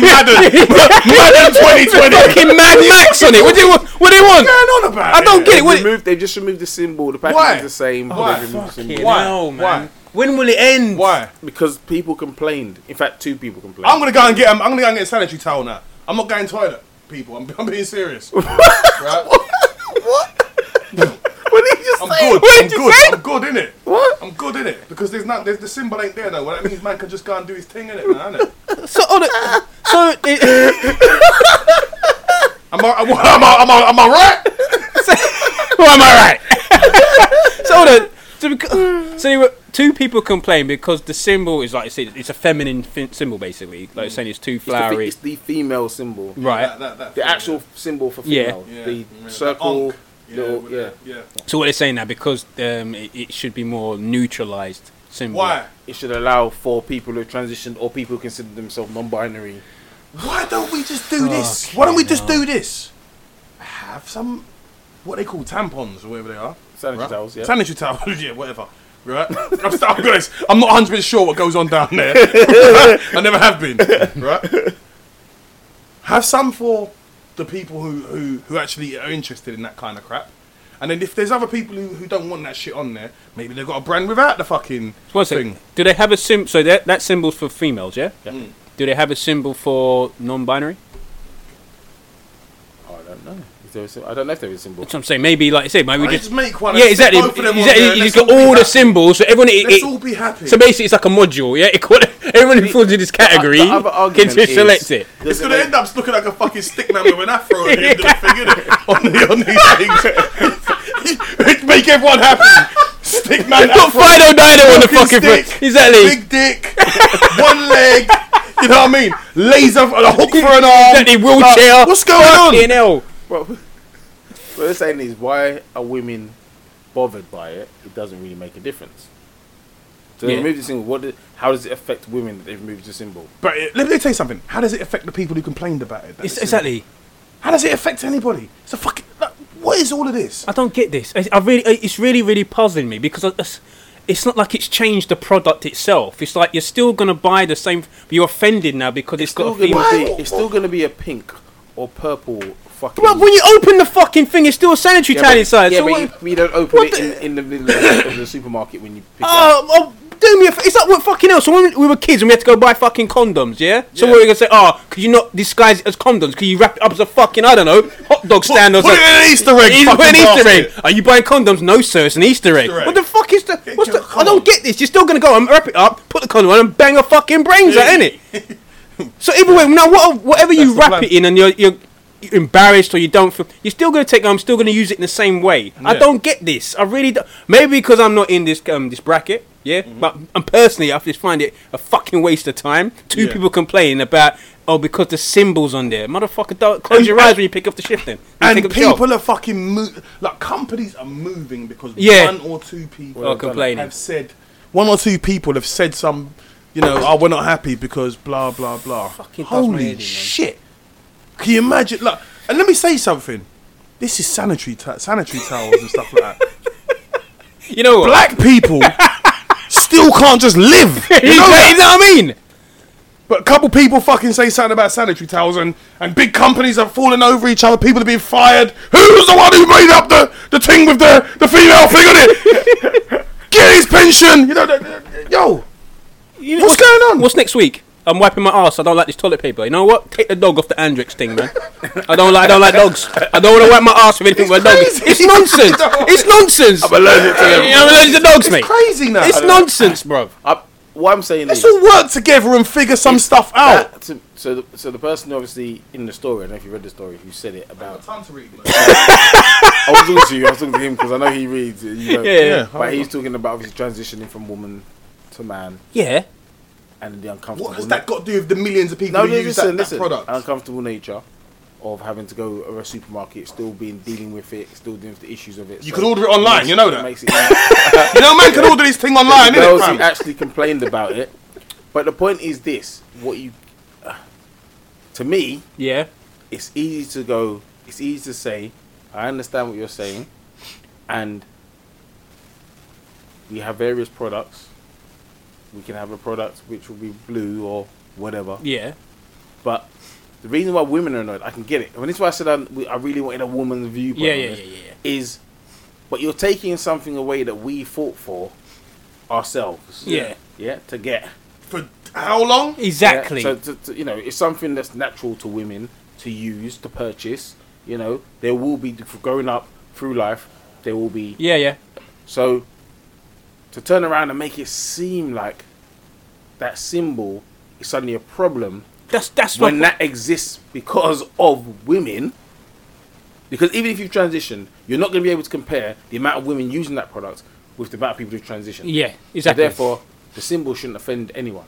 Madden. Madden 2020.
fucking Mad Max on it. What do you want? What do you want?
Going on about
I don't get it. What
They've, removed, they've just removed the symbol. The package
Why?
is the same. but
Why?
they've removed the symbol.
Why? Why?
When will it end?
Why?
Because people complained. In fact, two people complained.
I'm gonna go and get. I'm, I'm gonna go and get a sanitary towel now. I'm not going toilet, people. I'm, I'm being serious. right? what?
What did you just
I'm
say?
good.
What did
I'm
you
good.
say?
I'm good in it.
What?
I'm good in it because there's not. There's the symbol ain't there though. Well, that means man can just go and do his thing in it, man. Innit?
So, hold on. so, it,
Am I? Am I? Am I, am I, am I right?
well, am I right? so, hold on. So, because, so there were two people complained because the symbol is like you said, it's a feminine fin- symbol basically, like saying it's too
It's the, fe-
flowery,
it's the female symbol.
right?
That, that, that
The
thing,
actual symbol for
Yeah.
female.
yeah.
The
Yeah, yeah.
circle.
Onk.
little-
with
yeah.
the- yeah.
So what they're saying now because um, it, it should be more neutralized symbol.
Why?
It should allow for people who have transitioned or people who consider themselves non-binary.
Why don't we just
Oh,
do this? Why don't we just do this? Have some what they call tampons or whatever they are.
Sanitary
right?
towels, yeah.
Sanitary towels, yeah, whatever. Right? I'm, st- I'm, honest, I'm not 100 percent sure what goes on down there. I never have been. Right? Have some for the people who, who, who actually are interested in that kind of crap. And then if there's other people who, who don't want that shit on there, maybe they've got a brand without the fucking
One
thing.
second. Do they have a sim? So that that symbol's for females, yeah.
Yeah. Mm.
Do they have a symbol for non-binary?
Oh, I don't know. Is there a sim- I don't know if there is a symbol.
That's what I'm saying. Maybe, like I say, maybe we
Right,
just,
just make one and
Yeah,
stick
exactly.
both of them on
exactly.
there and
You just
let's
got
all be
all the
happy.
symbols, so everyone. It,
Let's
it-
all be happy.
so basically, it's like a module. Yeah, it called, everyone who falls into this category
The other
can
argument
just
is,
select it.
does
It's
it
gonna
make-
end up looking like a fucking stick man with an afro at the end of the thing, innit? On, the, on these things. Make everyone happy. Stick man
Got
afro.
Fido Dino on the fucking
stick,
thing. Exactly.
Big dick. one leg. You know what I mean? Laser, a hook for an arm.
Exactly.
Like,
Wheelchair.
what's going on?
Fucking hell.
Well, what they're saying is, why are women bothered by it? It doesn't really make a difference. So they
Yeah.
remove the symbol. What? Do, how does it affect women that they've removed the symbol?
But it, let me tell you something. How does it affect the people who complained about it?
It's, exactly.
How does it affect anybody? It's a fucking. Like, what is all of this?
I don't get this. I, I really, I- it's really, really puzzling me because I, it's, it's not like it's changed the product itself. It's like you're still gonna buy the same. But you're offended now because
It's
it's
still
got a
gonna
female.
be.
Why?
It's still gonna be a pink or purple fucking.
But when you open the fucking thing, it's still a sanitary
yeah,
towel
but-
inside.
yeah,
so
but
what-
you, you don't open
what
it in, in the middle of the- of the supermarket when you pick it up.
Oh, oh, do me a f- It's like what fucking else. So when we were kids and we had to go buy fucking condoms, yeah? So
Yeah.
we were going to say, oh, could you not disguise it as condoms? Could you wrap it up as a fucking, I don't know, hot dog stand or
put it
something?
in an Easter egg,
It's- put an
fucking
Easter
bastard.
egg. Are you buying condoms? No, sir, it's an Easter egg.
Easter egg.
What the fuck is the. What's
you-
the I
come
don't
on.
get this. You're still going to go and wrap it up, put the condom on, and bang a fucking brains out, innit? So either way, now what, whatever
That's
you
the
wrap
plan.
it in and you're, you're embarrassed or you don't feel you're still going to take I'm still going to use it in the same way. I
Yeah.
don't get this. I really don't. Maybe because I'm not in this um this bracket. Yeah,
Mm-hmm.
but um, personally, I just find it a fucking waste of time. Two
Yeah.
people complaining about oh because the symbols on there, motherfucker. Don't close
And-
your eyes when you pick up the shift. Then When
And
you pick up the job.
people are fucking mo- like companies are moving because
Yeah.
one or two people
Are complaining.
have said one or two people have said some you know oh we're not happy because blah blah blah.
Fucking does my head in,
Holy
man.
shit! Can you imagine? Look, and let me say something. This is sanitary ta- sanitary towels and stuff like that.
you know what?
Black people still can't just live. You know that?
you know what I mean?
But a couple people fucking say something about sanitary towels and, and big companies are falling over each other, people are being fired. Who's the one who made up the, the thing with the, the female thing on it? Get his pension! You know, the- the- yo,
You know-
What's going on?
What's next week? I'm wiping my ass. I don't like this toilet paper. You know what? Take the dog off the Andrex thing, man. I don't like. I don't like dogs. I don't want to wipe my ass with anything with a dog.
crazy.
It's nonsense. it's nonsense. I'm
allergic to them.
allergic to dogs, mate.
it's crazy now.
It's nonsense, bro.
I, what I'm saying
Let's
is.
all work together and figure some stuff
Oh.
out.
that- so, Uh, so, the, so the person obviously in the story, I don't know if you read the story, who said it about I was talking to you. I was talking to him because I know he reads. it, You know,
Yeah, yeah.
But he's talking about obviously transitioning from woman to man
Yeah.
and the uncomfortable.
What has that got to do with the millions of people
no,
who use
listen,
that, that
listen.
product?
Uncomfortable nature of having to go to a supermarket, still being dealing with it, still dealing with the issues of it.
You could order it online, you know that.
Makes it easier.
you know, man can order this thing online,
the girls
innit,
who
fam?
actually complained about it. But the point is this: what you, to me,
Yeah.
it's easy to go. It's easy to say. I understand what you're saying, and we have various products. We can have a product which will be blue or whatever.
Yeah.
But the reason why women are annoyed, I can get it. When this is why I said I, I really wanted a woman's viewpoint.
Yeah,
on
yeah,
this,
yeah, yeah, yeah.
Is, but you're taking something away that we fought for ourselves.
Yeah.
Yeah, to get.
For how long?
Exactly.
Yeah, so, to, to, you know, it's something that's natural to women to use, to purchase. You know, there will be, for growing up through life, there will be.
yeah. Yeah.
So, to turn around and make it seem like that symbol is suddenly a problem
That's that's
when
my.
that exists because of women. Because even if you've transitioned, you're not going to be able to compare the amount of women using that product with the amount of people who've transitioned.
yeah.
So
Exactly.
therefore, the symbol shouldn't offend anyone.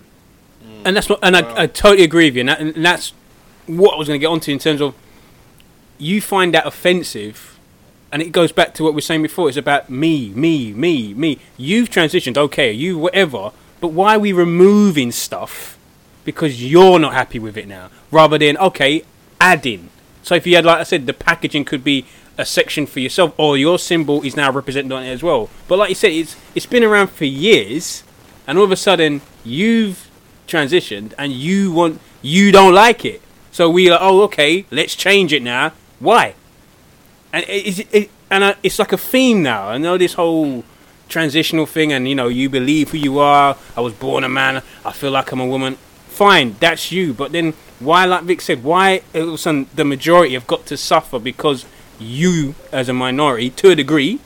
and that's what, and I, I totally agree with you, and, that, and that's what I was going to get onto in terms of you find that offensive, and it goes back to what we were saying before. It's about me, me, me, me. You've transitioned, okay, you whatever, but why are we removing stuff because you're not happy with it now, rather than okay, adding. So if you had, like I said, the packaging could be a section for yourself, or your symbol is now represented on it as well. But like you said, it's it's been around for years, and all of a sudden you've transitioned and you want you don't like it. So we are oh okay, let's change it now. Why? And it, is it, it and I, it's like a theme now. I know this whole transitional thing, and you know you believe who you are. I was born a man. I feel like I'm a woman. Fine, that's you. But then why, like Vic said, why all of a sudden the majority have got to suffer because you, as a minority, to a degree,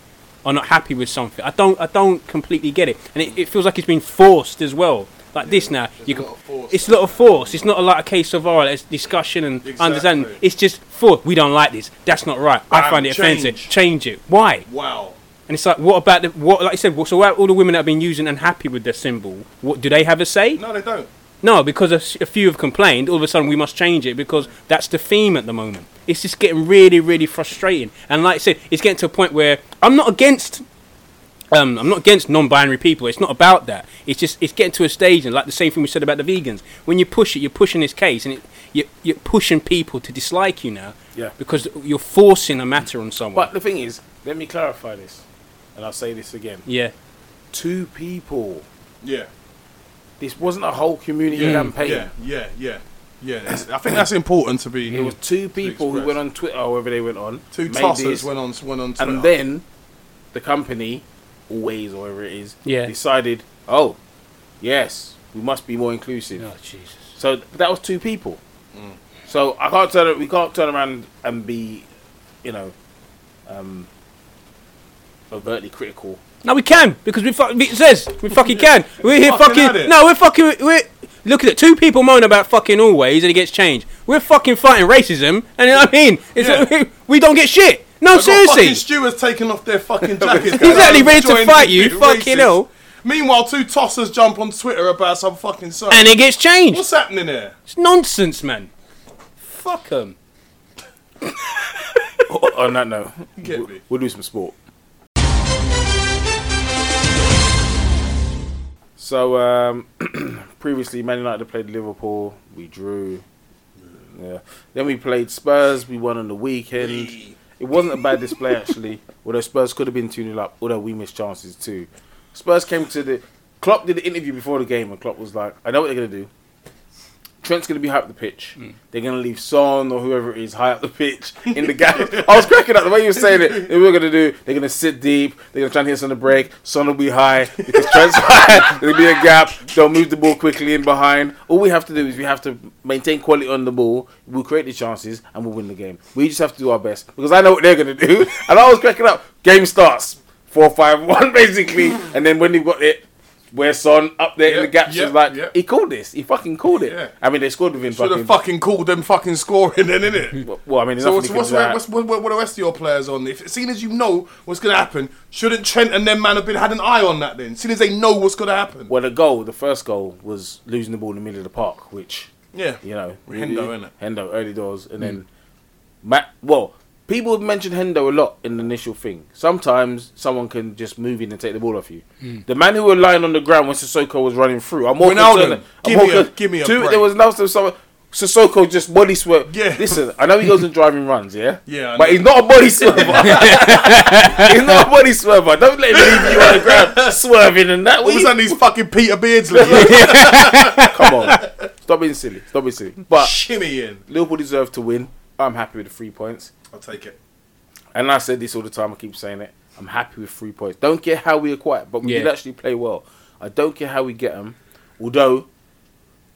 are not happy with something. I don't, I don't completely get it, and it, it feels like it's been forced as well. Like this now, you can, it's a lot of force. It's not a lot of case of all right, it's discussion and understanding.
Exactly.
It's just force. We don't like this. That's not right. I
Bam,
find it offensive.
Um, change.
Change it. Why?
Wow.
And it's like, what about the what? Like I said, what- so what, all the women that have been using and happy with their symbol, what do they have a say?
No, they don't.
No, because a, s- a few have complained. All of a sudden, we must change it because that's the theme at the moment. It's just getting really, really frustrating. And like I said, it's getting to a point where I'm not against. Um, I'm not against non-binary people. It's not about that. It's just it's getting to a stage, and like the same thing we said about the vegans. When you push it, you're pushing this case, and it, you're, you're pushing people to dislike you now.
Yeah.
Because you're forcing a matter on someone.
But the thing is, let me clarify this, and I'll say this again.
yeah.
Two people.
Yeah.
This wasn't a whole community campaign.
Yeah, yeah, yeah, yeah. that's- I think that's important to be.
It was two people who
Express.
went on Twitter, or wherever they went on,
two
made
tossers
this,
went on went on Twitter.
and then the company, always or whatever it is,
Yeah.
decided, oh, yes, we must be more inclusive.
Oh Jesus.
So th- that was two people. So I can't turn. We can't turn around and be, you know, um, overtly critical.
No, we can because we fuck. It says we fucking can. We're here
Fucking
fucking.
at it.
no, we're fucking. We're Looking at two people moan about fucking always and it gets changed. We're fucking fighting racism, and you know what I mean, it's we don't get shit. No,
I got
seriously.
Fucking stewards taking off their fucking jackets.
Exactly, ready to
Join
fight you,
the racists.
fucking hell.
Meanwhile, two tossers jump on Twitter about some fucking song.
and it gets changed.
What's happening there?
It's nonsense, man. Fuck 'em.
On that note,
Get me.
we'll do some sport. So um, previously, Man United played Liverpool. We drew. Yeah. Then we played Spurs. We won on the weekend. It wasn't a bad display actually. although Spurs could have been 2 0 up. Although we missed chances too. Spurs came to the. Klopp did the interview before the game, and Klopp was like, "I know what they're gonna do. Trent's going to be high up the pitch. They're going to leave Son or whoever it is high up the pitch in the gap. I was cracking up the way you were saying it. They were going to do. They're going to sit deep. They're going to try and hit us on the break. Son will be high because Trent's high. There'll be a gap. They'll move the ball quickly in behind. All we have to do is we have to maintain quality on the ball. We'll create the chances and we'll win the game. We just have to do our best because I know what they're going to do. And I was cracking up. Game starts four, five, one basically. And then when they got it, where Son up there in the
Yep,
gaps
yep,
is like
yep.
he called this. He fucking called it.
Yeah.
I mean, they scored within
Should
fucking.
have fucking called them fucking scoring then, innit?
Well, I mean, there's
So what's,
nothing
what's,
he can do.
what's, what, what what the rest of your players on? If seeing as you know what's gonna happen, shouldn't Trent and them man have been had an eye on that then? Seeing as they know what's gonna happen.
well, the goal, the first goal, was losing the ball in the middle of the park, which
Yeah.
you know,
Hendo, innit? Hmm.
Hendo early doors, and then Matt. Well, people have mentioned Hendo a lot in the initial thing. Sometimes someone can just move in and take the ball off you.
Hmm.
The man who were lying on the ground when Sissoko was running through, I'm more
Ronaldo,
concerned. I'm
give
more
me a-
con-
give me a
Two-
break.
There was no someone. Sissoko just body swerve.
Yeah.
Listen, I know he goes and driving runs, yeah?
Yeah, I
But
know.
he's not a body swerver. he's not a body swerver. Don't let him leave you on the ground swerving and that.
All of a
We-
sudden, he's fucking Peter Beardsley
Come on. Stop being silly. Stop being silly. But
shimmying.
Liverpool deserve to win. I'm happy with the three points.
I'll take it.
And I said this all the time. I keep saying it. I'm happy with three points. Don't care how we acquire, it, but we
Yeah.
did actually play well. I don't care how we get them. Although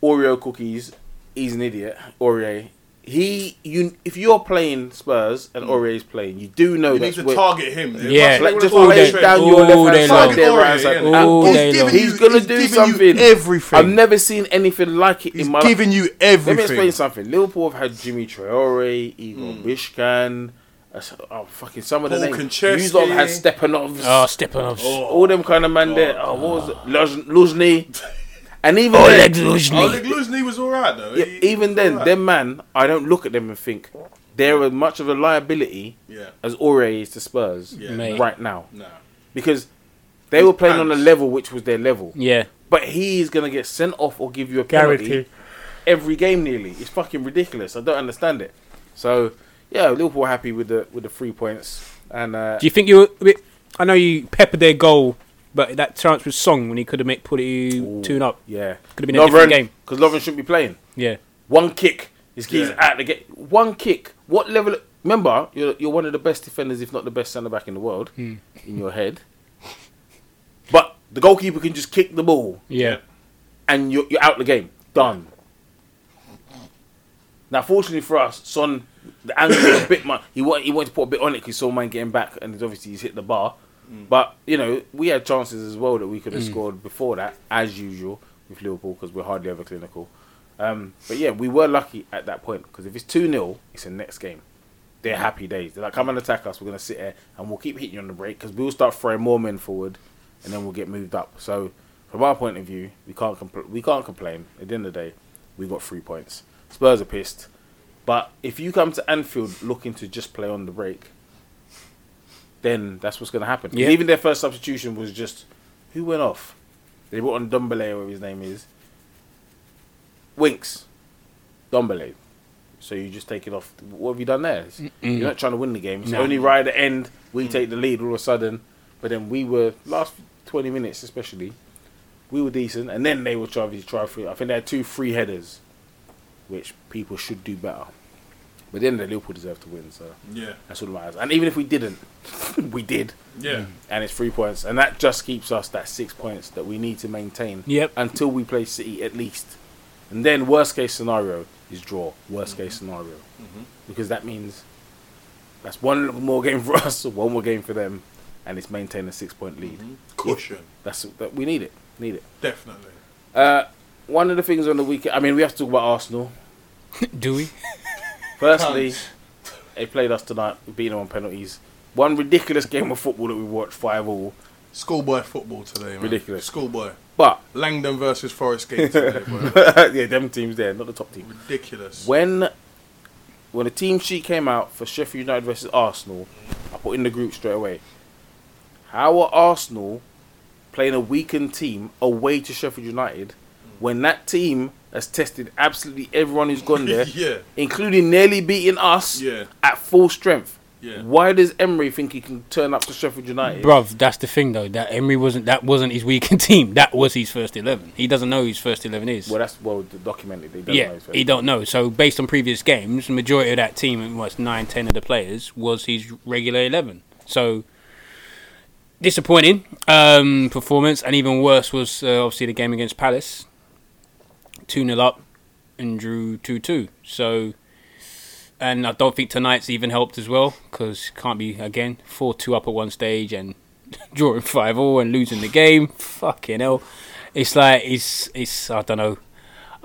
Oreo cookies, he's an idiot. Oreo. He, you, if you're playing Spurs and Oreo is playing, you do know
You
that
need to target him. dude.
Mm. Yeah.
That's what
Just
we're
lay
gonna
it
do.
down
all
your left
day
hand side,
long.
their right hand side.
Target
All
And
He's
day
giving
long.
you-
He's gonna
he's
do
giving you
something.
Everything.
I've never seen anything like it
He's
in my life.
giving you
Let me explain
everything.
something. Liverpool have had Jimmy Traore, Igor Bishkan, uh, oh fucking some of the
Hmm. Paul
names.
Konchesky. Ah,
You've had Stepanovs,
Oh, Stepanovs.
all them kind of man there. Oh, what was it? Luz- Luzny, and even
Oleg
then,
Luzhny.
Oleg Luzhny was all right though.
yeah,
He-
even then,
alright.
them man, I don't look at them and think they're as much of a liability
Yeah.
as Ore is to Spurs
Yeah.
Mate.
right now
Nah.
because they were playing on a
pants.
level which was their level.
Yeah.
But he is gonna get sent off or give you a penalty
Guaranteed.
every game nearly. It's fucking ridiculous. I don't understand it. So yeah, Liverpool happy with the with the three points. And uh,
Do you think you were a bit, I know you peppered their goal, but that chance was Song when he could have made put you two up.
yeah,
Could've been a different game.
because Lovren shouldn't be playing.
Yeah.
One kick, his keys
Yeah.
out the game. One kick. What level? Remember, you're you're one of the best defenders, if not the best centre back in the world,
Hmm.
in your head. But the goalkeeper can just kick the ball.
Yeah.
and you're, you're out the game. Done. Now, fortunately for us, Son, the angle was a bit much. He wanted, he wanted to put a bit on it because saw man getting back, and he's obviously he's hit the bar. But you know, we had chances as well that we could have scored before that, as usual with Liverpool because we're hardly ever clinical. Um, but yeah, we were lucky at that point because if it's two 0 it's the next game. They're happy days. They're like, come and attack us. We're gonna sit here and we'll keep hitting you on the break because we'll start throwing more men forward, and then we'll get moved up. So, from our point of view, we can't compl- we can't complain. At the end of the day, we got three points. Spurs are pissed, but if you come to Anfield looking to just play on the break, then that's what's gonna happen. 'Cause
Yeah.
Even their first substitution was just who went off. They brought on Dumbele, whatever his name is. Winks, Dumbele. So you just take it off. What have you done there? It's- You're not trying to win the game. It's
No.
only right at the end we take the lead all of a sudden. But then we were last twenty minutes especially, we were decent, and then they were trying to try free. I think they had two free headers, which people should do better. But then the Liverpool deserved to win, so
Yeah.
that's all that matters. And even if we didn't, we did,
Yeah.
and it's three points, and that just keeps us that six points that we need to maintain
Yep.
until we play City at least. And then worst case scenario is draw. Worst case scenario, because that means that's one more game for us, one more game for them, and it's
Mm-hmm.
maintain a six point lead.
Cushion.
That's that we need it. Need it.
Definitely.
Uh, one of the things on the weekend. I mean, we have to talk about Arsenal.
Do we?
Firstly, they played us tonight, beating them on penalties. One ridiculous game of football that we watched, five all.
Schoolboy football today, man.
Ridiculous.
Schoolboy.
But
Langdon versus Forest Gate today, boy.
yeah, them teams there, not the top team.
Ridiculous.
When when the team sheet came out for Sheffield United versus Arsenal, I put in the group straight away. How are Arsenal playing a weakened team away to Sheffield United when that team has tested absolutely everyone who's gone there,
Yeah.
including nearly beating us
Yeah.
at full strength?
Yeah.
Why does Emery think he can turn up to Sheffield United?
Bruv, that's the thing though. That Emery wasn't. That wasn't his weekend team. That was his first eleven. He doesn't know who his first eleven is.
Well, that's well documented. They don't
yeah,
know his
he don't know. So based on previous games, the majority of that team, and what's nine, ten of the players, was his regular eleven. So disappointing um, performance, and even worse was uh, obviously the game against Palace, two 0 up, and drew two two. So, and I don't think tonight's even helped as well because can't be again four two up at one stage and drawing five all and losing the game. Fucking hell, it's like it's it's I don't know.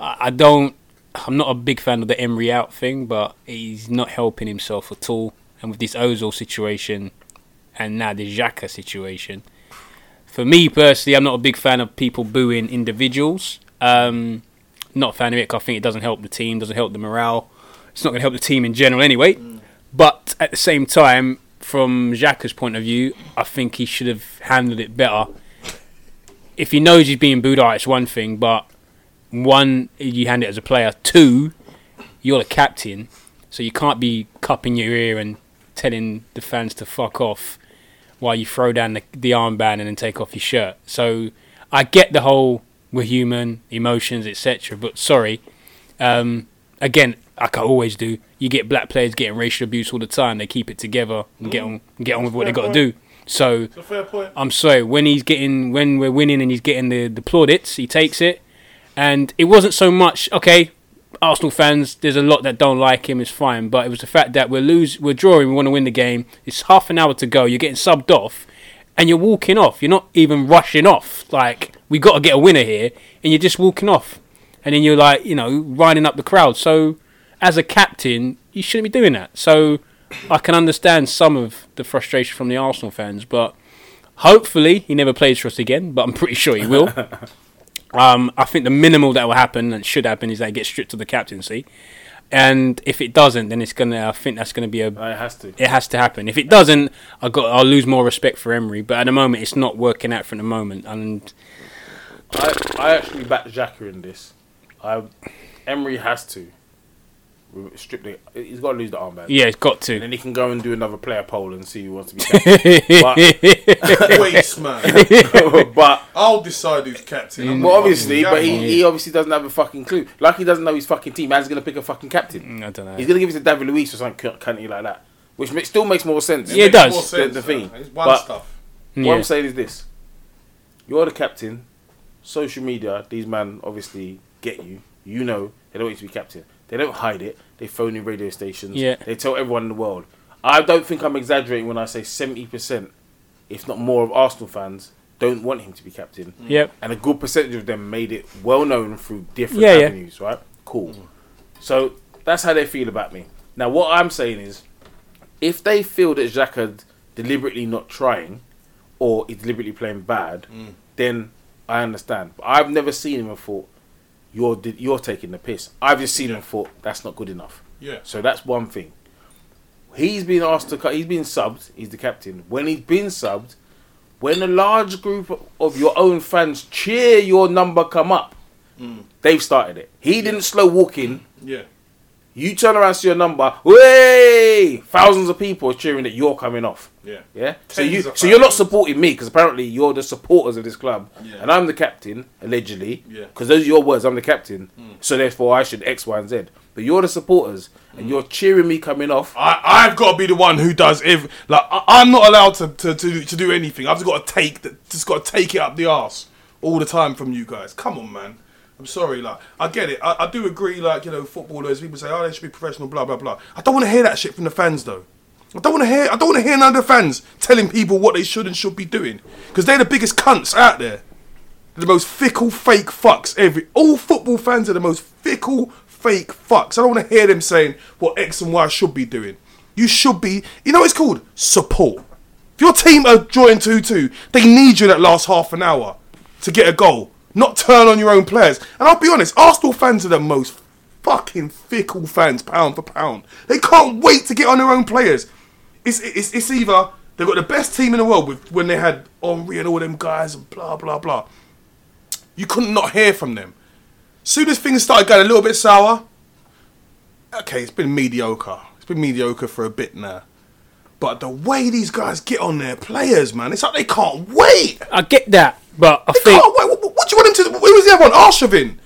I, I don't. I'm not a big fan of the Emery out thing, but he's not helping himself at all. And with this Ozil situation, and now the Xhaka situation, for me personally, I'm not a big fan of people booing individuals. Um, not a fan of it. 'cause I think it doesn't help the team, doesn't help the morale. It's not going to help the team in general anyway. But at the same time, from Xhaka's point of view, I think he should have handled it better. If he knows he's being booed, out, it's one thing, but one, you hand it as a player. Two, you're the captain, so you can't be cupping your ear and telling the fans to fuck off while you throw down the, the armband and then take off your shirt. So I get the whole we're human, emotions, etc. But sorry, um, again, like I always do, you get black players getting racial abuse all the time. They keep it together and get on, get on with what they got to do. So
It's a fair point.
I'm sorry, when he's getting when we're winning and he's getting the, the plaudits, he takes it. And it wasn't so much okay, Arsenal fans, there's a lot that don't like him, it's fine, but it was the fact that we're lose we're drawing, we want to win the game, it's half an hour to go, you're getting subbed off and you're walking off. You're not even rushing off. Like, we gotta get a winner here and you're just walking off. And then you're like, you know, riding up the crowd. So as a captain, you shouldn't be doing that. So I can understand some of the frustration from the Arsenal fans, but Hopefully, he never plays for us again, but I'm pretty sure he will. um, I think the minimal that will happen and should happen is that he gets stripped of the captaincy. And if it doesn't, then it's gonna. I think that's gonna be a.
Uh, it has to.
It has to happen. If it doesn't, I got. I'll lose more respect for Emery. But at the moment, it's not working out for the moment. And
I, I actually backed Xhaka in this. I, Emery has to strip the. He's got to lose the armband.
yeah, it's got
And
to.
then he can go and do another player poll and see who wants to be captain.
Waste man.
but
I'll decide who's captain. I'm
Mm, well,
not
obviously,
fucking
but he,
gathering.
he obviously doesn't have a fucking clue. Like he doesn't know his fucking team. Man's gonna pick a fucking captain.
I don't know.
He's gonna give it to David Luiz or something cunty like that, which ma- still makes more sense.
Yeah,
Makes
it does.
more sense,
The- the thing.
man. It's one
But-
stuff.
What
Yeah.
I'm saying is this: you're the captain. Social media, these men obviously get you. You know they don't want you to be captain. They don't hide it. They phone in radio stations.
Yeah.
They tell everyone in the world. I don't think I'm exaggerating when I say 70%, if not more, of Arsenal fans don't want him to be captain.
Yep.
And a good percentage of them made it well known through different
Yeah, yeah.
avenues, right? Cool. So that's how they feel about me. Now, what I'm saying is, if they feel that Xhaka deliberately not trying, or is deliberately playing bad, then I understand. But I've never seen him and thought you're di- you're taking the piss. I've just seen him and thought that's not good enough.
Yeah.
So that's one thing. He's been asked to cut. He's been subbed. He's the captain. When he's been subbed, when a large group of your own fans cheer your number come up, they've started it. He didn't slow walk in.
Yeah.
You turn around to your number, way thousands of people are cheering that you're coming off.
Yeah.
Yeah. So
Tens
you,
of
so you're not
thousands.
supporting me because apparently you're the supporters of this club,
Yeah.
and I'm the captain allegedly.
Yeah. Hmm.
Because those are your words. I'm the captain, so therefore I should X, Y, and Z. But you're the supporters,
Hmm.
and you're cheering me coming off.
I, I've got to be the one who does every. Like I, I'm not allowed to, to, to, to do anything. I've just got to take the, just got to take it up the arse all the time from you guys. Come on, man. I'm sorry, like I get it. I, I do agree, like you know, footballers. People say, oh, they should be professional, blah blah blah. I don't want to hear that shit from the fans, though. I don't want to hear. I don't want to hear none of the fans telling people what they should and should be doing because they're the biggest cunts out there. the most fickle fake fucks. Every all football fans are the most fickle fake fucks. I don't want to hear them saying what X and Y should be doing. You should be. You know what it's called support. If your team are drawing two two, they need you in that last half an hour to get a goal. Not turn on your own players. And I'll be honest, Arsenal fans are the most fucking fickle fans, pound for pound. They can't wait to get on their own players. It's it's, it's either they've got the best team in the world with when they had Henri and all them guys and blah blah blah. You couldn't not hear from them. Soon as things started going a little bit sour, okay, it's been mediocre. It's been mediocre for a bit now. But the way these guys get on their players, man, it's like they can't wait.
I get that, but I
They
think
can't wait. What, what- what do you want him to? Who was the other one? Arshavin.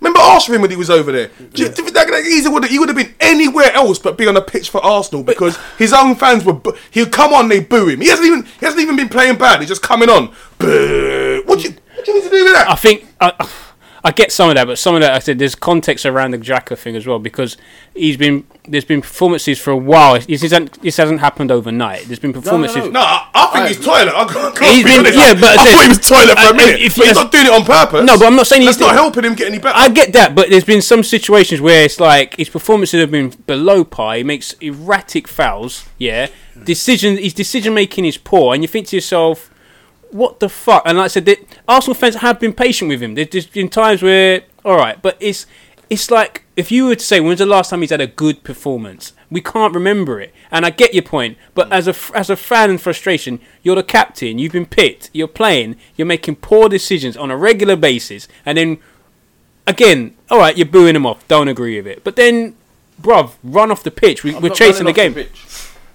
Remember Arshavin when he was over there? Do you- do you- that- that- he's- he would- he would have been anywhere else but be on a pitch for Arsenal because his own fans were. boo- He'd come on, they boo him. He hasn't even. He hasn't even been playing bad. He's just coming on. Boo. What do you? What do you need to do with that?
I think I, I get some of that, but some of that I said there's context around the Jacker thing as well because he's been there's been performances for a while. This hasn't this hasn't happened overnight. There's been performances.
No, I, I think he's toilet. I can't,
He's
be
been-
honest.
yeah, but
I,
I said-
thought he was toilet for
I-
a minute.
if-
but he's
yes.
not doing it on purpose.
No, but I'm not saying he's
That's not
doing-
helping him get any better.
I get that, but there's been some situations where it's like his performances have been below par. He makes erratic fouls. Yeah, decision his decision making is poor, and you think to yourself, "What the fuck?" And like I said, the Arsenal fans have been patient with him. There's just been times where, all right, but it's it's like if you were to say, "When's the last time he's had a good performance?" We can't remember it, and I get your point. But as a f- as a fan in frustration, you're the captain. You've been picked. You're playing. You're making poor decisions on a regular basis, and then again, all right, you're booing him off. Don't agree with it. But then, bruv, run off the pitch. We,
I'm
we're
not
chasing the
running off
game.
pitch.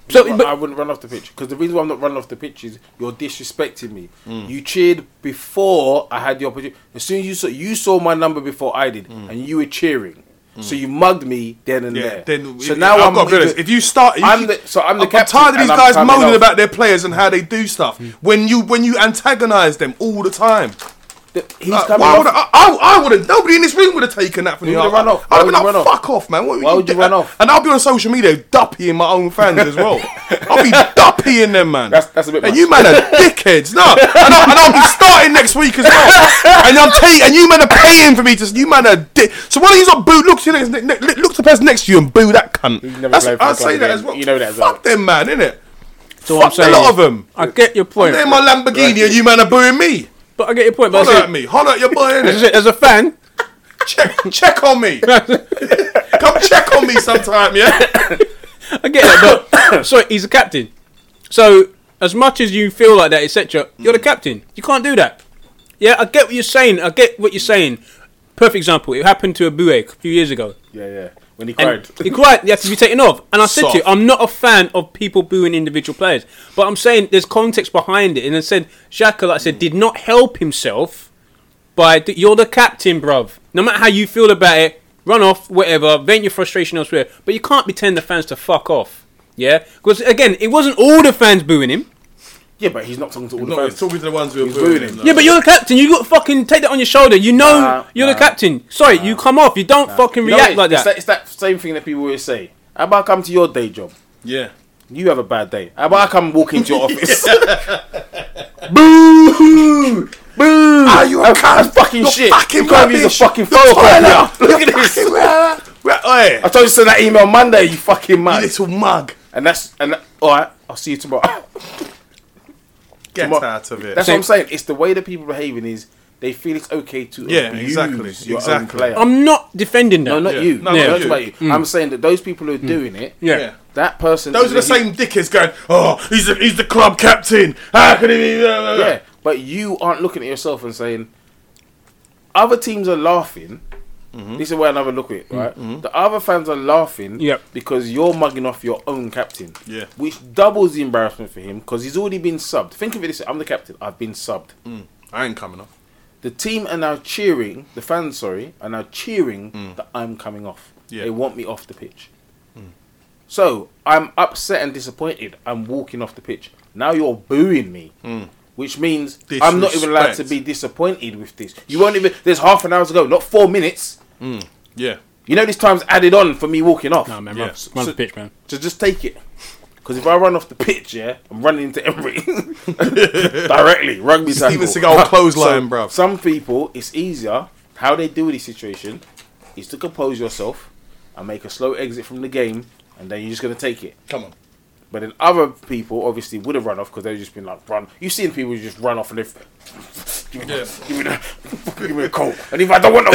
So,
No,
but-
I wouldn't run off the pitch because the reason why I'm not running off the pitch is you're disrespecting me.
Mm.
You cheered before I had the opportunity. As soon as you saw you saw my number before I did, and you were cheering, so you mugged me then and
Mm. Yeah,
there.
then
so
if-
now
I've
I'm
got to be
either-
honest, If you start, if
I'm
you-
the- so I'm the
I'm tired
captain
of these
and I'm
guys
coming
moaning
off.
about their players and how they do stuff. When you when you antagonise them all the time,
the, he's
Like,
coming
Uh, why
off.
would I? I, would have. Nobody in this room would have taken that from
You
me.
would've
I-
run off.
I'd
Why
have been
would you
like,
run off?
fuck off, man. What
Why would you
do-
run off?
And I'll be on social media duppying my own fans as well. I'll be duppying them, man.
That's- that's a bit
And
much.
you man are dickheads. No, and, I, and I'll be starting next week as well. And I'm telling you, and you man are paying for me. Just you man are dick. So why don't you not boo? Look to your next, ne- ne- look to the person next to you and boo that cunt.
never played for
I'd
the
say
club
that
again.
as well.
You know that as well.
Fuck them, man, innit?
so
Fuck a lot of them.
I get your point.
They're in my Lamborghini, and you man are booing me.
But I get your point. But
Holler
I
at
said,
me. Holler at your boy, innit?
as, a, as a fan,
check check on me. Come check on me sometime, yeah.
I get that. But sorry, he's a captain. So as much as you feel like that, etc., you're the captain. You can't do that. Yeah, I get what you're saying. I get what you're saying. Perfect example. It happened to Abue a few years ago.
Yeah, yeah. When he
And
cried,
He cried. He had to be taken off. And I said to you,
Soft.
I'm not a fan of people booing individual players, but I'm saying there's context behind it. And I said, Xhaka, like I said, did not help himself by th- you're the captain, bruv. No matter how you feel about it, run off, whatever, vent your frustration elsewhere. But you can't be telling the fans to fuck off. Yeah, because again, it wasn't all the fans booing him.
yeah, but he's not talking to all the
No,
fans.
he's talking to the ones who are
He's
booing
booing
him.
him.
Yeah, but you're the captain. You got to fucking take that on your shoulder. You know
Nah,
you're the
nah.
captain. Sorry, you come off. You don't fucking
You know
react
it-
like
it's
that.
It's that same thing that people always say. How about I come to your day job?
yeah.
You have a bad day. How about I come walk into your office?
Boo!
Boo!
Are Ah, you a cunt?
fucking
You're
shit.
fucking
you can't use a
rubbish.
fucking
You're
phone.
toilet.
now. Look at this.
Well, oi,
I told you to send that email Monday, you fucking
you
man.
little mug.
And that's and that, all right. I'll see you tomorrow.
Get
Come on.
out of it.
That's
Same-
what I'm saying. It's the way that people behaving is they feel it's okay to
Yeah,
abuse
exactly,
your own
exactly.
player.
I'm not defending that.
no, not
Yeah.
you.
No,
No,
not
not
you.
about you. I'm saying that those people who are doing it,
Mm. yeah.
Yeah.
that person.
Those are the
that he-
same dickheads going, oh, he's the, he's the club captain. How can he be? blah, blah, blah."
Yeah, but you aren't looking at yourself and saying, other teams are laughing. This is where another look at it, right? The other fans are laughing
Yep.
because you're mugging off your own captain.
Yeah.
Which doubles the embarrassment for him because he's already been subbed. Think of it this way, I'm the captain, I've been subbed.
I ain't coming off.
The team are now cheering, the fans, sorry, are now cheering that I'm coming off.
Yeah.
They want me off the pitch. So I'm upset and disappointed. I'm walking off the pitch. Now you're booing me, which means I'm not even allowed to
Disrespect.
be disappointed with this. You won't even. There's half an hour to go, not four minutes.
Yeah.
You know this time's added on for me walking off.
No, man,
Yeah.
run, run the pitch, man.
So just take it. Because if I run off the pitch, yeah, I'm running into Emery directly. Rugby
Steven
tackle.
Seagal
So,
clothesline, bruv.
Some people, it's easier. How they deal with this situation is to compose yourself and make a slow exit from the game, and then you're just gonna take it.
Come on.
But then other people obviously would have run off because they've just been like run. You've seen people who just run off and they've give me, the give me, the, give me a coat. And if I don't want no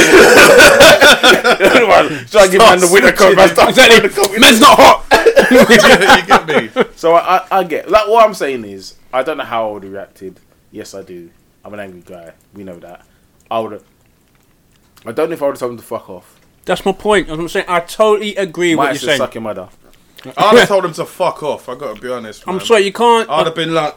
coat, so I give man the winter coat. Man, start
Exactly.
throwing the coat
Man's not hot.
you get me?
in. So I, I, I get like what I'm saying is I don't know how I would have reacted. Yes, I do. I'm an angry guy. We know that. I would. have I don't know if I would have told him to fuck off.
That's my point. I'm saying I totally agree with
Might
what
have
you're saying.
suck your mother.
I'd have told him to fuck off. I gotta be honest.
I'm
man.
sorry, you can't.
I'd have been like,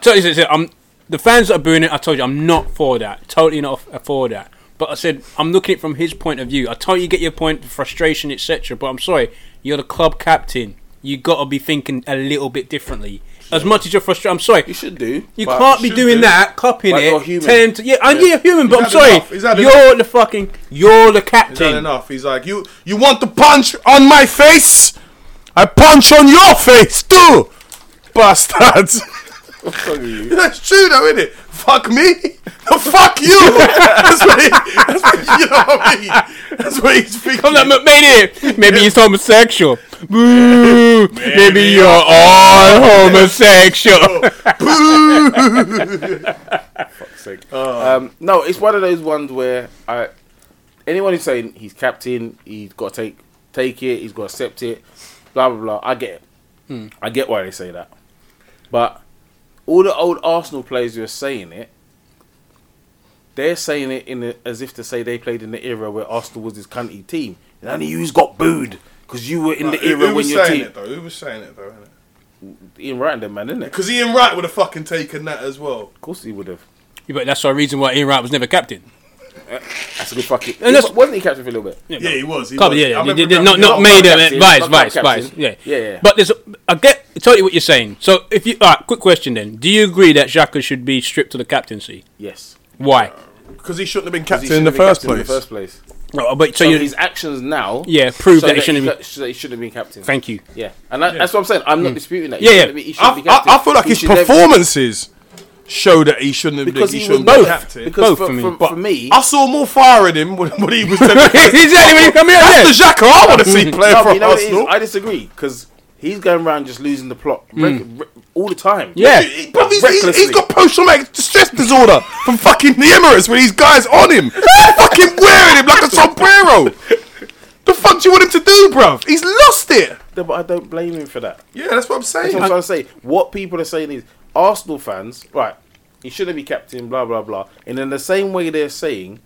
totally said, said, I'm the fans that are booing it. I told you, I'm not for that. Totally not f- for that. But I said, I'm looking at it from his point of view. I totally get your point, frustration, etc. But I'm sorry, you're the club captain. You gotta be thinking a little bit differently. As much as you're frustrated, I'm sorry.
You should do.
You
but-
can't be
should
doing
do.
that, copying
But
it.
you're human.
Turn to yeah, I yeah, you're human, but I'm
had
sorry.
enough. He's had
You're
enough.
the fucking, you're the
He's done
captain.
enough. He's like, you you want the punch on my face? I punch on your face too, bastards.
Fuck you.
That's true though, isn't it? Fuck me. No, fuck you. that's what he, that's what, you know what I mean? That's what he's thinking.
I'm like McMahon here. Maybe he's homosexual. Boo. Maybe, you're all homosexual.
Um, no, it's one of those ones where I, anyone who's saying he's captain, he's got to take take it, he's got to accept it, blah blah blah. I get it.
Hmm.
I get why they say that, but all the old Arsenal players who are saying it, they're saying it in a, as if to say they played in the era where Arsenal was this cunty team, and only you's got booed because you were in
Like,
the era when
was
your
saying
team.
it though? Who was saying it though? Innit?
Ian Wright and them man, isn't it? Of
Because Ian Wright would have fucking taken that as well.
course he would have.
Yeah, but that's the reason why Ian Wright was never captain.
That's a good fucking.
And that's-
wasn't he captain for a little bit?
Yeah, he was. He
Club,
was.
yeah,
I
yeah.
remember
they- they-
that-
not, not
not
made
club
them,
captain,
vice,
not club
vice,
captain.
vice. Yeah.
Yeah, yeah.
But there's, I get totally what you're saying. So if you, all right, quick question then. Do you agree that Xhaka should be stripped to the captaincy?
Yes.
Why?
Because he shouldn't have been
'Cause he
captain in the
shouldn't have been
first
captain
place.
In the first place.
Oh, but so,
So
you,
his actions now,
Yeah, prove
so
that he shouldn't
sh-
be-
so that he shouldn't have been captain.
thank you.
yeah, and that, that's what I'm saying. I'm not disputing that. He
Yeah, yeah.
shouldn't be- he shouldn't
I,
be captain.
I, I feel like
He
his
should never-
performances show that he shouldn't have been,
because
he
he was
shouldn't be
both.
captain.
Because
Both
for,
for me.
for-
But
for me,
I saw more fire in him when, when he was there.
Exactly, when you come here, yeah.
That's the Xhaka I want to see play
no, but
for
you know what it is?
Arsenal.
I disagree because he's going around just losing the plot reg- re- all the time.
Yeah.
He- bruv, he's- he's-
Recklessly.
he's got post-traumatic stress disorder from fucking the Emirates with these guys on him. They're fucking wearing him like a sombrero. The fuck do you want him to do, bruv? He's lost it.
No, but I don't blame him for that.
Yeah, that's what I'm
That's
saying.
what I'm trying to say. What people are saying is Arsenal fans, right? He shouldn't be captain. Blah blah blah. And in the same way they're saying,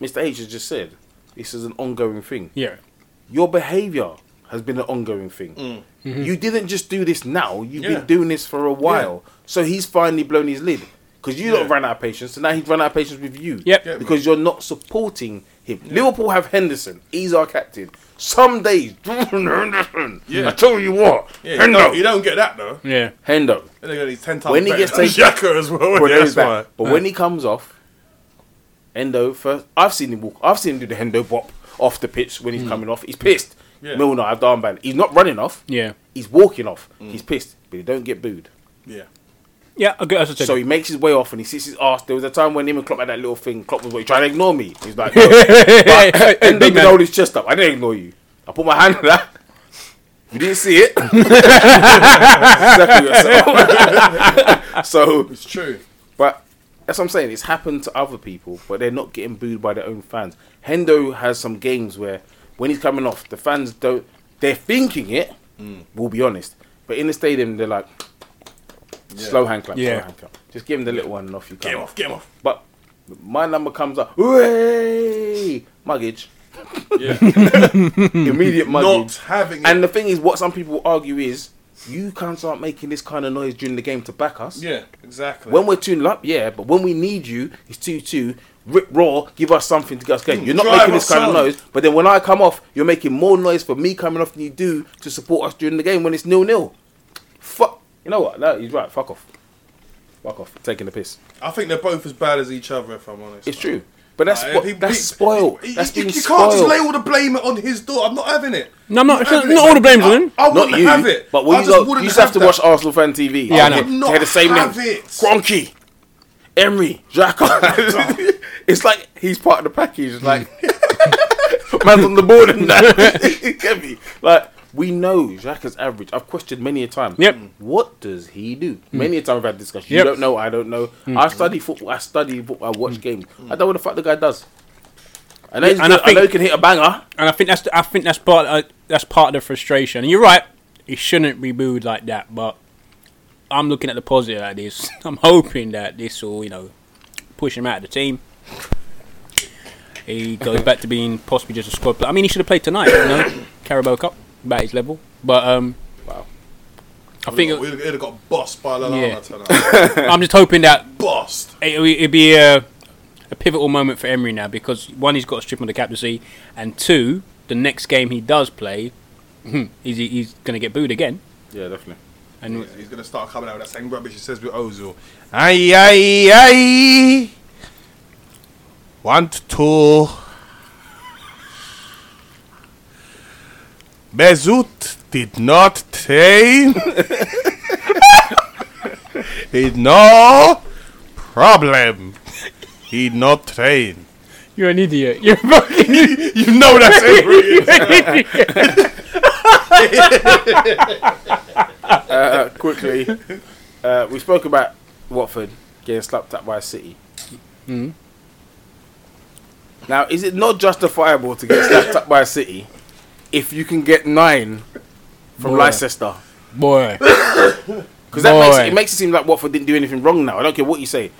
Mr. H has just said, this is an ongoing thing.
Yeah.
your behavior has been an ongoing thing. You didn't just do this now, you've
Mm. Yeah.
been doing this for a while. So he's finally blown his lid. Because you lot
Yeah.
ran out of patience, so now he's run out of patience with you.
Yep. Yeah,
because you're not supporting him. Liverpool have Henderson, he's our captain. Some days, Henderson. I tell you what,
Yeah, you,
Hendo.
don't, you don't get that though.
Yeah.
Hendo.
They're gonna need ten times
When he
better
gets
than
taken-
Xhaka as well.
Bro, there
that's
is that.
why.
But when he comes off, Endo first. I've seen him walk. I've seen him do the Hendo bop off the pitch when he's
Mm.
coming off. He's pissed.
Yeah.
Milner, I've done bad. He's not running off.
Yeah.
He's walking off. He's pissed, but he don't get booed.
Yeah.
Yeah, I get that's what I
So
said.
he makes his way off and he sits his ass. There was a time when him and Klopp had that little thing. Klopp was like, trying to ignore me. He's like, no.
Hey, hey,
but
hey,
Endo
big
can
man.
hold his chest up. I didn't ignore you. I put my hand on that. You didn't see it. Exactly yourself. so
It's true.
but that's what I'm saying. It's happened to other people, but they're not getting booed by their own fans. Hendo has some games where when he's coming off, the fans don't. They're thinking it.
Mm.
We'll be honest, but in the stadium, they're like slow hand clap,
Yeah.
slow hand clap. Just give him the little one and off you
Get him
come.
off, get him off.
But my number comes up. Hooray! Muggage. Immediate
Not
muggage.
having
and
it.
the thing is, what some people argue is, you can't start making this kind of noise during the game to back us.
Yeah, exactly.
When we're tuned up, yeah, but when we need you, it's 2 2. Rip raw, give us something to get us going. You're not
Drive
making this
us
kind of
on.
noise, but then when I come off, you're making more noise for me coming off than you do to support us during the game when it's nil nil. Fuck. You know what? No, he's right. Fuck off. Fuck off. Taking the piss.
I think they're both as bad as each other, if I'm honest.
It's
man.
true. But that's
Like,
spo-
he-
that's
he-
spoiled.
he-
that's
you,
being
you can't just
spoiled.
lay all the blame on his door. I'm not having it.
No, I'm not-
having
not- not all the blame's
I-
on him.
I, wouldn't
not you,
have it.
but when
I
you
just
go,
wouldn't
you just have to
that.
watch Arsenal fan TV.
Yeah, I
to
know.
hear-
Not
to hear the same name:
have it.
Gronky, Emery, Xhaka. it's like he's part of the package. Like man's on the board and that. It can be. Like we know Xhaka's average. I've questioned many a time.
Yep.
What does he do?
Hmm.
Many a time we've had discussion. You
Yep.
don't know. I don't know. I study football. I study football. I watch
Hmm.
games. I don't know what the fuck the guy does. I know, he's
and I
good, I know he
think-
can hit a banger.
and I think that's I think that's part uh, that's part of the frustration. And you're right, it shouldn't be booed like that. But I'm looking at the positive at this. I'm hoping that this will you know push him out of the team. He goes back to being possibly just a squad. player. I mean, he should have played tonight. You know, Carabao Cup, about his level. But um,
Wow.
I think
We'd have- we'd have got bossed by Lallana
Yeah.
tonight.
I'm just hoping that
bossed.
it, it'd be a, a pivotal moment for Emery now because one, he's got to strip on the captaincy, and two, the next game he does play, hmm, he's, he's going to get booed again.
Yeah, definitely.
And
Yeah, he's gonna start coming out with that same rubbish he says with Ozil. Aye, aye, aye. One, two. Mesut did not train. he no problem. He not train.
you're an idiot. You're fucking
You know that's it.
uh, quickly, uh, we spoke about Watford getting slapped up by City.
Hmm.
Now, is it not justifiable to get slapped up by City if you can get nine from
Boy.
Leicester?
boy.
Because that makes
Boy.
it, it makes it seem like Watford didn't do anything wrong. Now, I don't care what you say.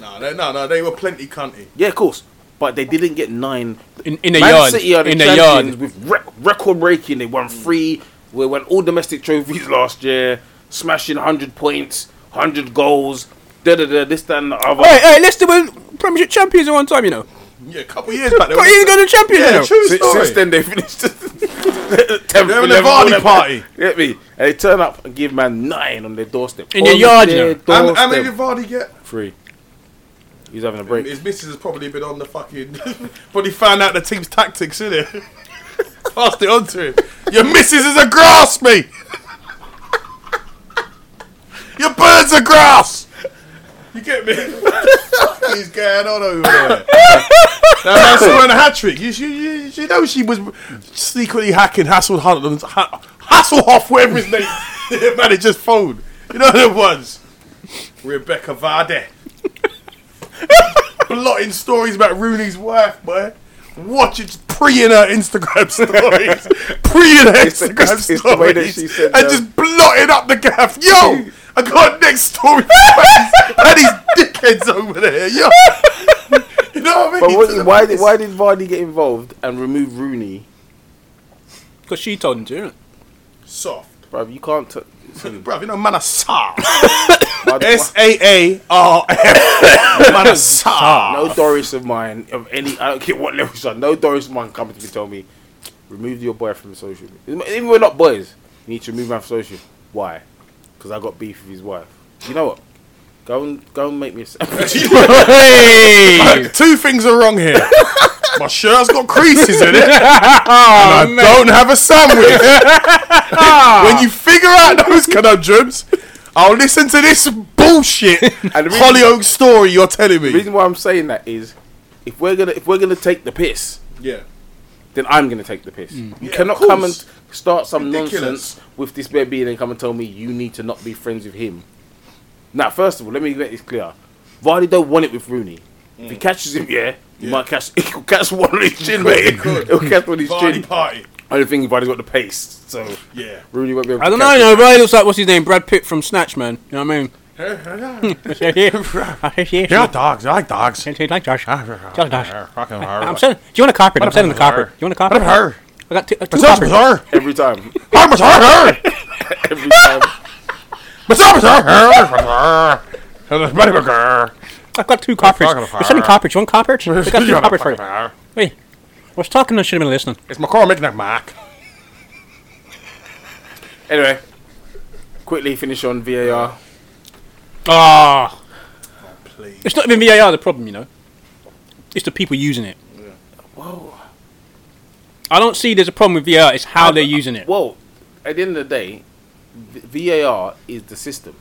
No, they- no, no. They were plenty cunty.
Yeah, of course, but they didn't get nine.
In, in the
Man
yard.
City are the
in the
champions
yard.
with rec- record breaking. They won three. We won all domestic trophies last year, smashing hundred points, hundred goals. Da da da. This that, and the other.
Hey, hey, Leicester were Premiership champions at one time, you know.
Yeah, a couple of years back. They
Got even
were
got the champions.
Yeah,
you know.
true.
Si-
story.
Since then, they finished 10th.
They're in the Vardy party.
Get me? And they turn up and give man nine on their doorstep.
In your
On
yard,
their
you
How many- how many
doorstep.
did Vardy get?
Three. He's having a break.
His missus has probably been on the fucking. probably found out the team's tactics, innit? Passed it on to him. Your missus is a grass, me! Your birds are grass! You get me? what the fuck is going on over there? that man's scoring a hat trick. You, you, you, you know she was secretly hacking Hasselhoff, Ha- Hasselhoff whatever his name, the manager's phone. You know who it was? Rebecca Vardy blotting stories about Rooney's wife, boy. Watching, just preying her Instagram stories, preying her
It's the-
Instagram
it's- it's the way
stories,
that she said
and
that.
just blotting up the gaff. Yo, I got next story. and these dickheads over there, yo. You know what I mean?
But what, why, did, why did Vardy get involved and remove Rooney?
Because she told him to. innit?
soft,
Bruv, you can't. T-
bruv? You know, man, a soft.
why-
S A A R F. Man, a soft.
no Doris of mine, of any, I don't care what level she's on, no Doris of mine coming to me tell me, remove your boy from social media. Even we're not boys, you need to remove him from social. Why? Because I got beef with his wife. You know what? Go and go and make me a sandwich.
Hey!
Two things are wrong here. My shirt's got creases in it. I don't have a sandwich. when you figure out those conundrums, I'll listen to this bullshit
And the reason-
Hollyoak story you're telling
the
me.
reason why I'm saying that is, if we're gonna if we're gonna take the piss,
Yeah.
then I'm gonna take the piss.
Mm.
You
Yeah,
cannot
of
come and
course.
start some
Ridiculous.
nonsense with this baby and then come and tell me you need to not be friends with him. Now, first of all, let me make this clear. Vardy don't want it with Rooney. If he catches him, yeah, he
Mm. Yeah.
might catch. He'll catch one on his chin, mate. He'll catch one on his chin.
party.
I don't think Vardy's got the pace, so
Yeah.
Rooney won't be able.
I
to
don't know,
catch
you
him.
know, bro. He looks like, what's his name? Brad Pitt from Snatch, man. You know what I mean?
Yeah,
yeah.
dogs. I like dogs.
Like Josh. Josh, Josh.
Fucking
I'm
hard.
selling. Do you want a carpet? I'm selling the
about her?
carpet. Do you want a carpet?
her?
I got two, uh, two
What's up with
carpets.
her?
every time.
I'm with her.
Every time.
What's up with her? Hello, Buddy Burger.
I've got two carpets.
talking about
We're selling
her.
carpets. You want carpets? I got two
You're not
carpets for
fucking
you.
her.
Wait. I was talking and should have been listening.
It's McCormick, not Mac.
Anyway, quickly finish on VAR.
Ah.
Please. Ah.
It's not even VAR the problem, you know. it's the people using it.
Whoa.
I don't see there's a problem with VR. It's how they're using it.
Well, at the end of the day, v- VAR is the system.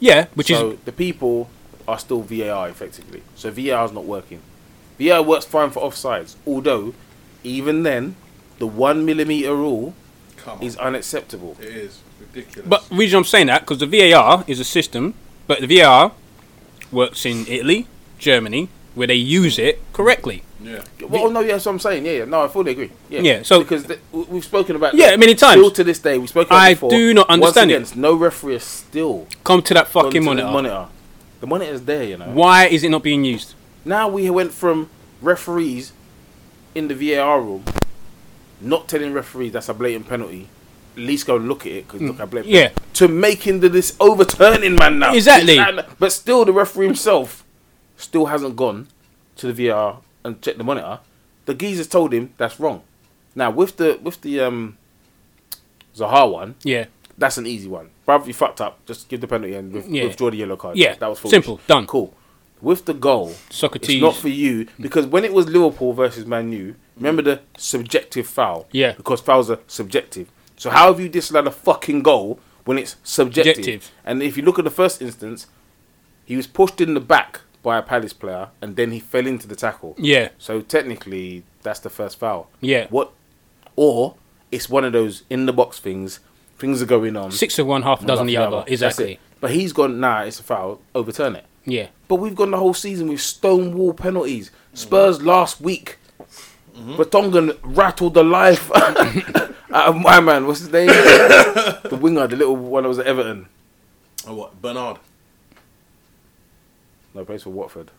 Yeah, which
so
is
the people are still VAR effectively. So VAR is not working. VAR works fine for offsides, although even then, the one millimeter rule
Come on.
is unacceptable.
It is ridiculous.
But the reason I'm saying that because the VAR is a system, but the VAR works in Italy, Germany, where they use it correctly.
yeah.
Well, no, yeah, that's what I'm saying. Yeah, yeah, no, I fully agree. Yeah,
Yeah, so-
because th- we- we've spoken about
Yeah,
that
many times.
Still to this day, we've spoken. About
I
it before.
do not understand it.
Once again, no referee has still
Come to that
gone to
fucking
the
monitor.
monitor. The monitor's there, you know.
Why is it not being used?
Now we went from referees in the VAR room not telling referees that's a blatant penalty. At least go look at it because look, I blame.
Mm. yeah.
To making the, this overturning man now.
Exactly.
But still, the referee himself still hasn't gone to the VAR and checked the monitor. The geezers told him that's wrong. Now with the with the um Zaha one,
Yeah,
that's an easy one. Bruv, you fucked up. Just give the penalty and with,
Yeah.
withdraw the yellow card.
Yeah.
that was foolish.
Simple. Done.
Cool. With the goal,
Socrates.
it's not for you because when it was Liverpool versus Man U, remember the subjective foul.
Yeah.
because fouls are subjective. So how have you disallowed a fucking goal when it's subjective?
Subjective.
And if you look at the first instance, he was pushed in the back by a Palace player and then he fell into the tackle.
Yeah.
So technically, that's the first foul.
Yeah.
What? Or it's one of those in the box things. Things are going on.
six of one, half a dozen the other.
That's
Exactly.
it. But he's gone. Nah, it's a foul. Overturn it.
Yeah.
But we've gone the whole season with stonewall penalties. Spurs last week. Vertonghen rattled the life out of my man. What's his name? the winger, the little one that was at Everton.
Oh, what? Bernard.
No, plays for Watford.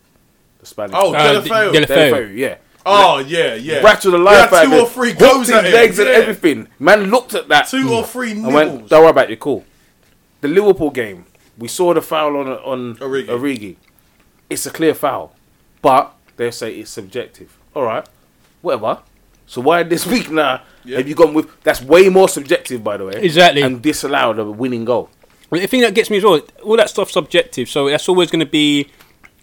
The Spanish.
Oh,
Uh,
Delafeu.
Delafeu.
There you go, yeah.
Oh yeah, yeah.
Rattled the
We
life out
had two
of
or
him.
three
Hooked
goes
his
at him.
legs and
Yeah.
everything. Man looked at that.
Two or three
I went,
nibbles.
don't worry about it, cool. The Liverpool game, we saw the foul on on
Origi.
Origi. It's a clear foul, but they say it's subjective. All right, whatever. So why this week now
Yeah.
have you gone with that's way more subjective, by the way?
Exactly.
and disallowed a winning goal.
Well, the thing that gets me as well, all that stuff's subjective, so that's always going to be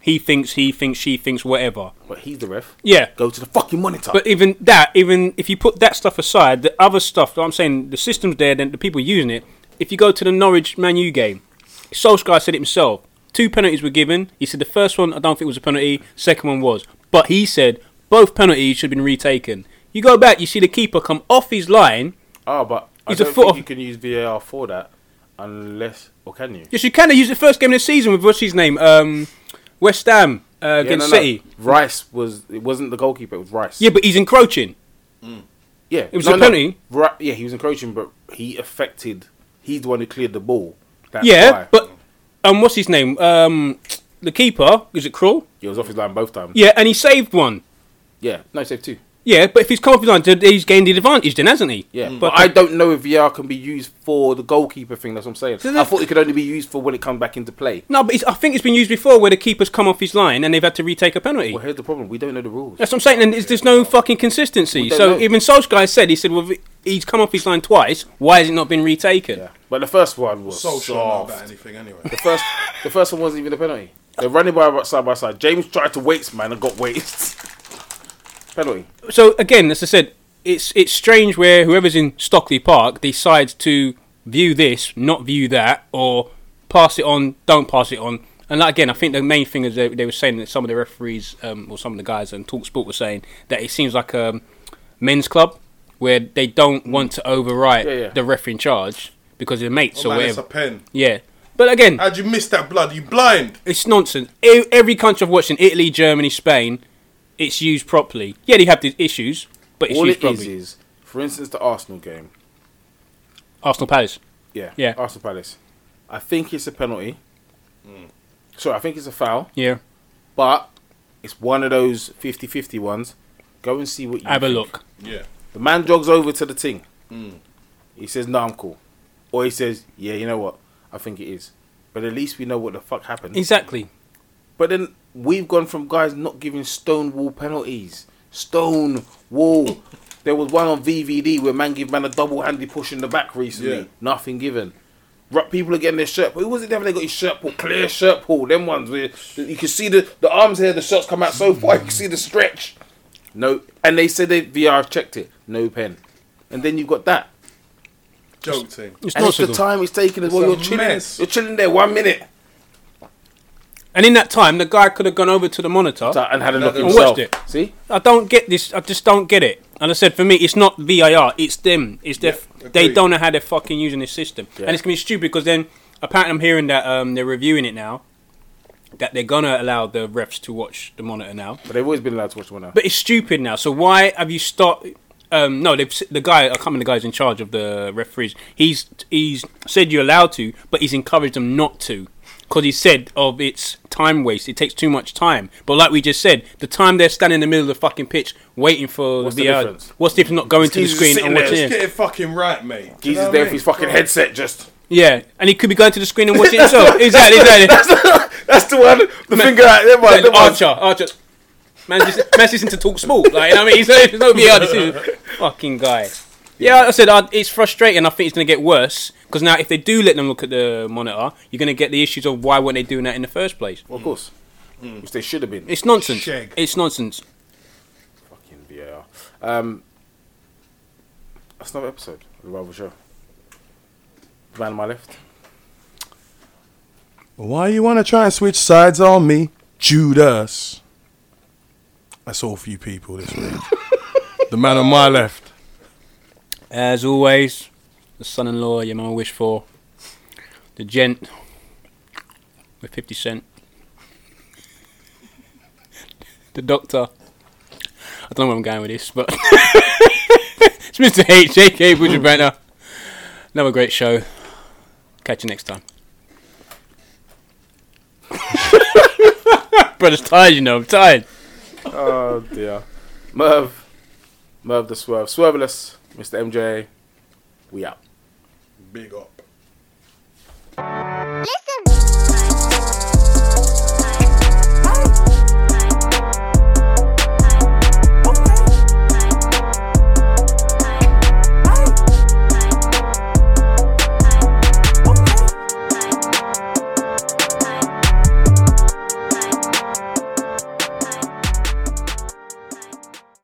he thinks, he thinks, she thinks, whatever.
But he's the ref.
Yeah.
go to the fucking monitor.
But even that, even if you put that stuff aside, the other stuff, I'm saying the system's there, then the people using it. If you go to the Norwich Man U game, Solskjaer said it himself. Two penalties were given. He said the first one, I don't think was a penalty, second one was. But he said both penalties should have been retaken. You go back, you see the keeper come off his line.
Ah, but I
He's a
don't
foot
think
off-
you can use VAR for that unless or can you?
Yes, you can. They used it first game of the season with what's his name? Um, West Ham uh,
Yeah,
against
no, no.
City.
Rice was it wasn't the goalkeeper. It was Rice.
Yeah, but he's encroaching.
Yeah,
It was a penalty.
Right, yeah, he was encroaching, but he affected. He's the one who cleared the ball. That's
yeah,
why.
but um, what's his name? Um, the keeper is it Krull?
he was off his line both times. Yeah,
Yeah, and he saved one.
no, save two.
Yeah, but if he's come off his line, then he's gained the advantage, then hasn't he?
Yeah, but,
Mm. but
I don't know if VR can be used for the goalkeeper thing. That's what I'm saying.
So
I
that-
thought it could only be used for when it comes back into play.
no, but it's, I think it's been used before where the keeper's come off his line and they've had to retake a penalty.
Well, here's the problem: we don't know the rules.
That's what I'm saying, and it's, there's no fucking consistency.
don't
So
know.
even Solskjaer said, he said, well, if he's come off his line twice. Why has it not been retaken?
Yeah, but the first one was
So sure about
soft.
anything anyway. Oh,
The first, the first one wasn't even a penalty. They're running by side by side. James tried to waste, man, and got waste. penalty.
So again, as I said, it's it's strange where whoever's in Stockley Park decides to view this, not view that, or pass it on, don't pass it on. And like, again, I think the main thing is they, they were saying that some of the referees um, or some of the guys on Talk Sport were saying that it seems like a men's club where they don't want to override
Yeah, yeah.
the referee in charge because they're mates
Oh,
or
man, it's a
whatever.
pen.
Yeah. But again,
Uh,
How'd you miss that blood? You blind?
it's nonsense. E- Every country I've watched in Italy, Germany, Spain, it's used properly. Yeah, they have these issues, but it's
All
used
it
properly.
is is, for instance, the Arsenal game.
Arsenal Palace.
Yeah.
Yeah.
Arsenal Palace. I think it's a penalty. Sorry, I think it's a foul,
Yeah.
but it's one of those 50 50 ones. Go and see what you
Have a
think.
look.
Yeah.
The man jogs over to the thing. He says, No, I'm cool. Or he says, Yeah, you know what? I think it is. But at least we know what the fuck happened.
Exactly.
But then we've gone from guys not giving stone wall penalties. Stone wall. there was one on VVD where man gave man a double handed push in the back recently.
Yeah.
Nothing given. Ru- People are getting their shirt pulled. Who was it never they got his shirt pulled? Clear shirt pulled. Them ones where you can see the, the arms here, the shirts come out so far, you can see the stretch. No, and they said they VR checked it. No pen. And then you've got that.
Joke team.
It's
and it's the
nonsensical.
time it's taking as well.
a
You're chilling.
mess.
You're chilling there one minute
And in that time, the guy could have gone over to the monitor.
So- and had a look
And
at himself.
watched it.
See,
I don't get this. I just don't get it. And I said, for me, it's not VAR. It's them. It's their.
Yeah,
they
agreed.
don't know how they're fucking using this system, and it's gonna be stupid because then apparently I'm hearing that um, they're reviewing it now, that they're gonna allow the refs to watch the monitor now.
but they've always been allowed to watch one now.
But it's stupid now. So why have you stopped? Um, no, they've, s- the guy. I can't remember the guy's in charge of the referees. He's he's said you're allowed to, but he's encouraged them not to, because he said of it's time waste. It takes too much time. But like we just said, the time they're standing in the middle of the fucking pitch waiting for
What's
the,
the
VR
difference?
what's the difference? Not going to the
He's
screen
sitting
and
there,
watching
just
it.
Let's get it fucking right, mate. Do you
He's
know what
there
I
with
mean?
his fucking headset. Just
Yeah, and he could be going to the screen and watching it himself. exactly, exactly.
that's the one. The finger out. Them ones, them ones.
Archer, Archer. Man, just, man's listening to talk sport. Like, you know what I mean? He's no, he's no VR decision. Fucking guy. Yeah, like I said I, it's frustrating. I think it's going to get worse because now if they do let them look at the monitor, you're going to get the issues of why weren't they doing that in the first place?
Well, of course,
Hmm.
which they should have been.
It's nonsense.
Shag.
It's nonsense.
Fucking VAR. Um, that's another episode of the Rival Show. Man on my left.
Why you want to try and switch sides on me, Judas? That's all for you people this week. the man on my left.
As always, the son-in-law your mama wished for, the gent with fifty cent, the doctor. I don't know where I'm going with this, but it's Mr. H, J.K. Bujabana. Another great show. Catch you next time. Brother's tired, you know. I'm tired.
Oh dear. Merv. Merv the Swerve. Swerveless. Mr. MJ. We out.
Big up.
Listen.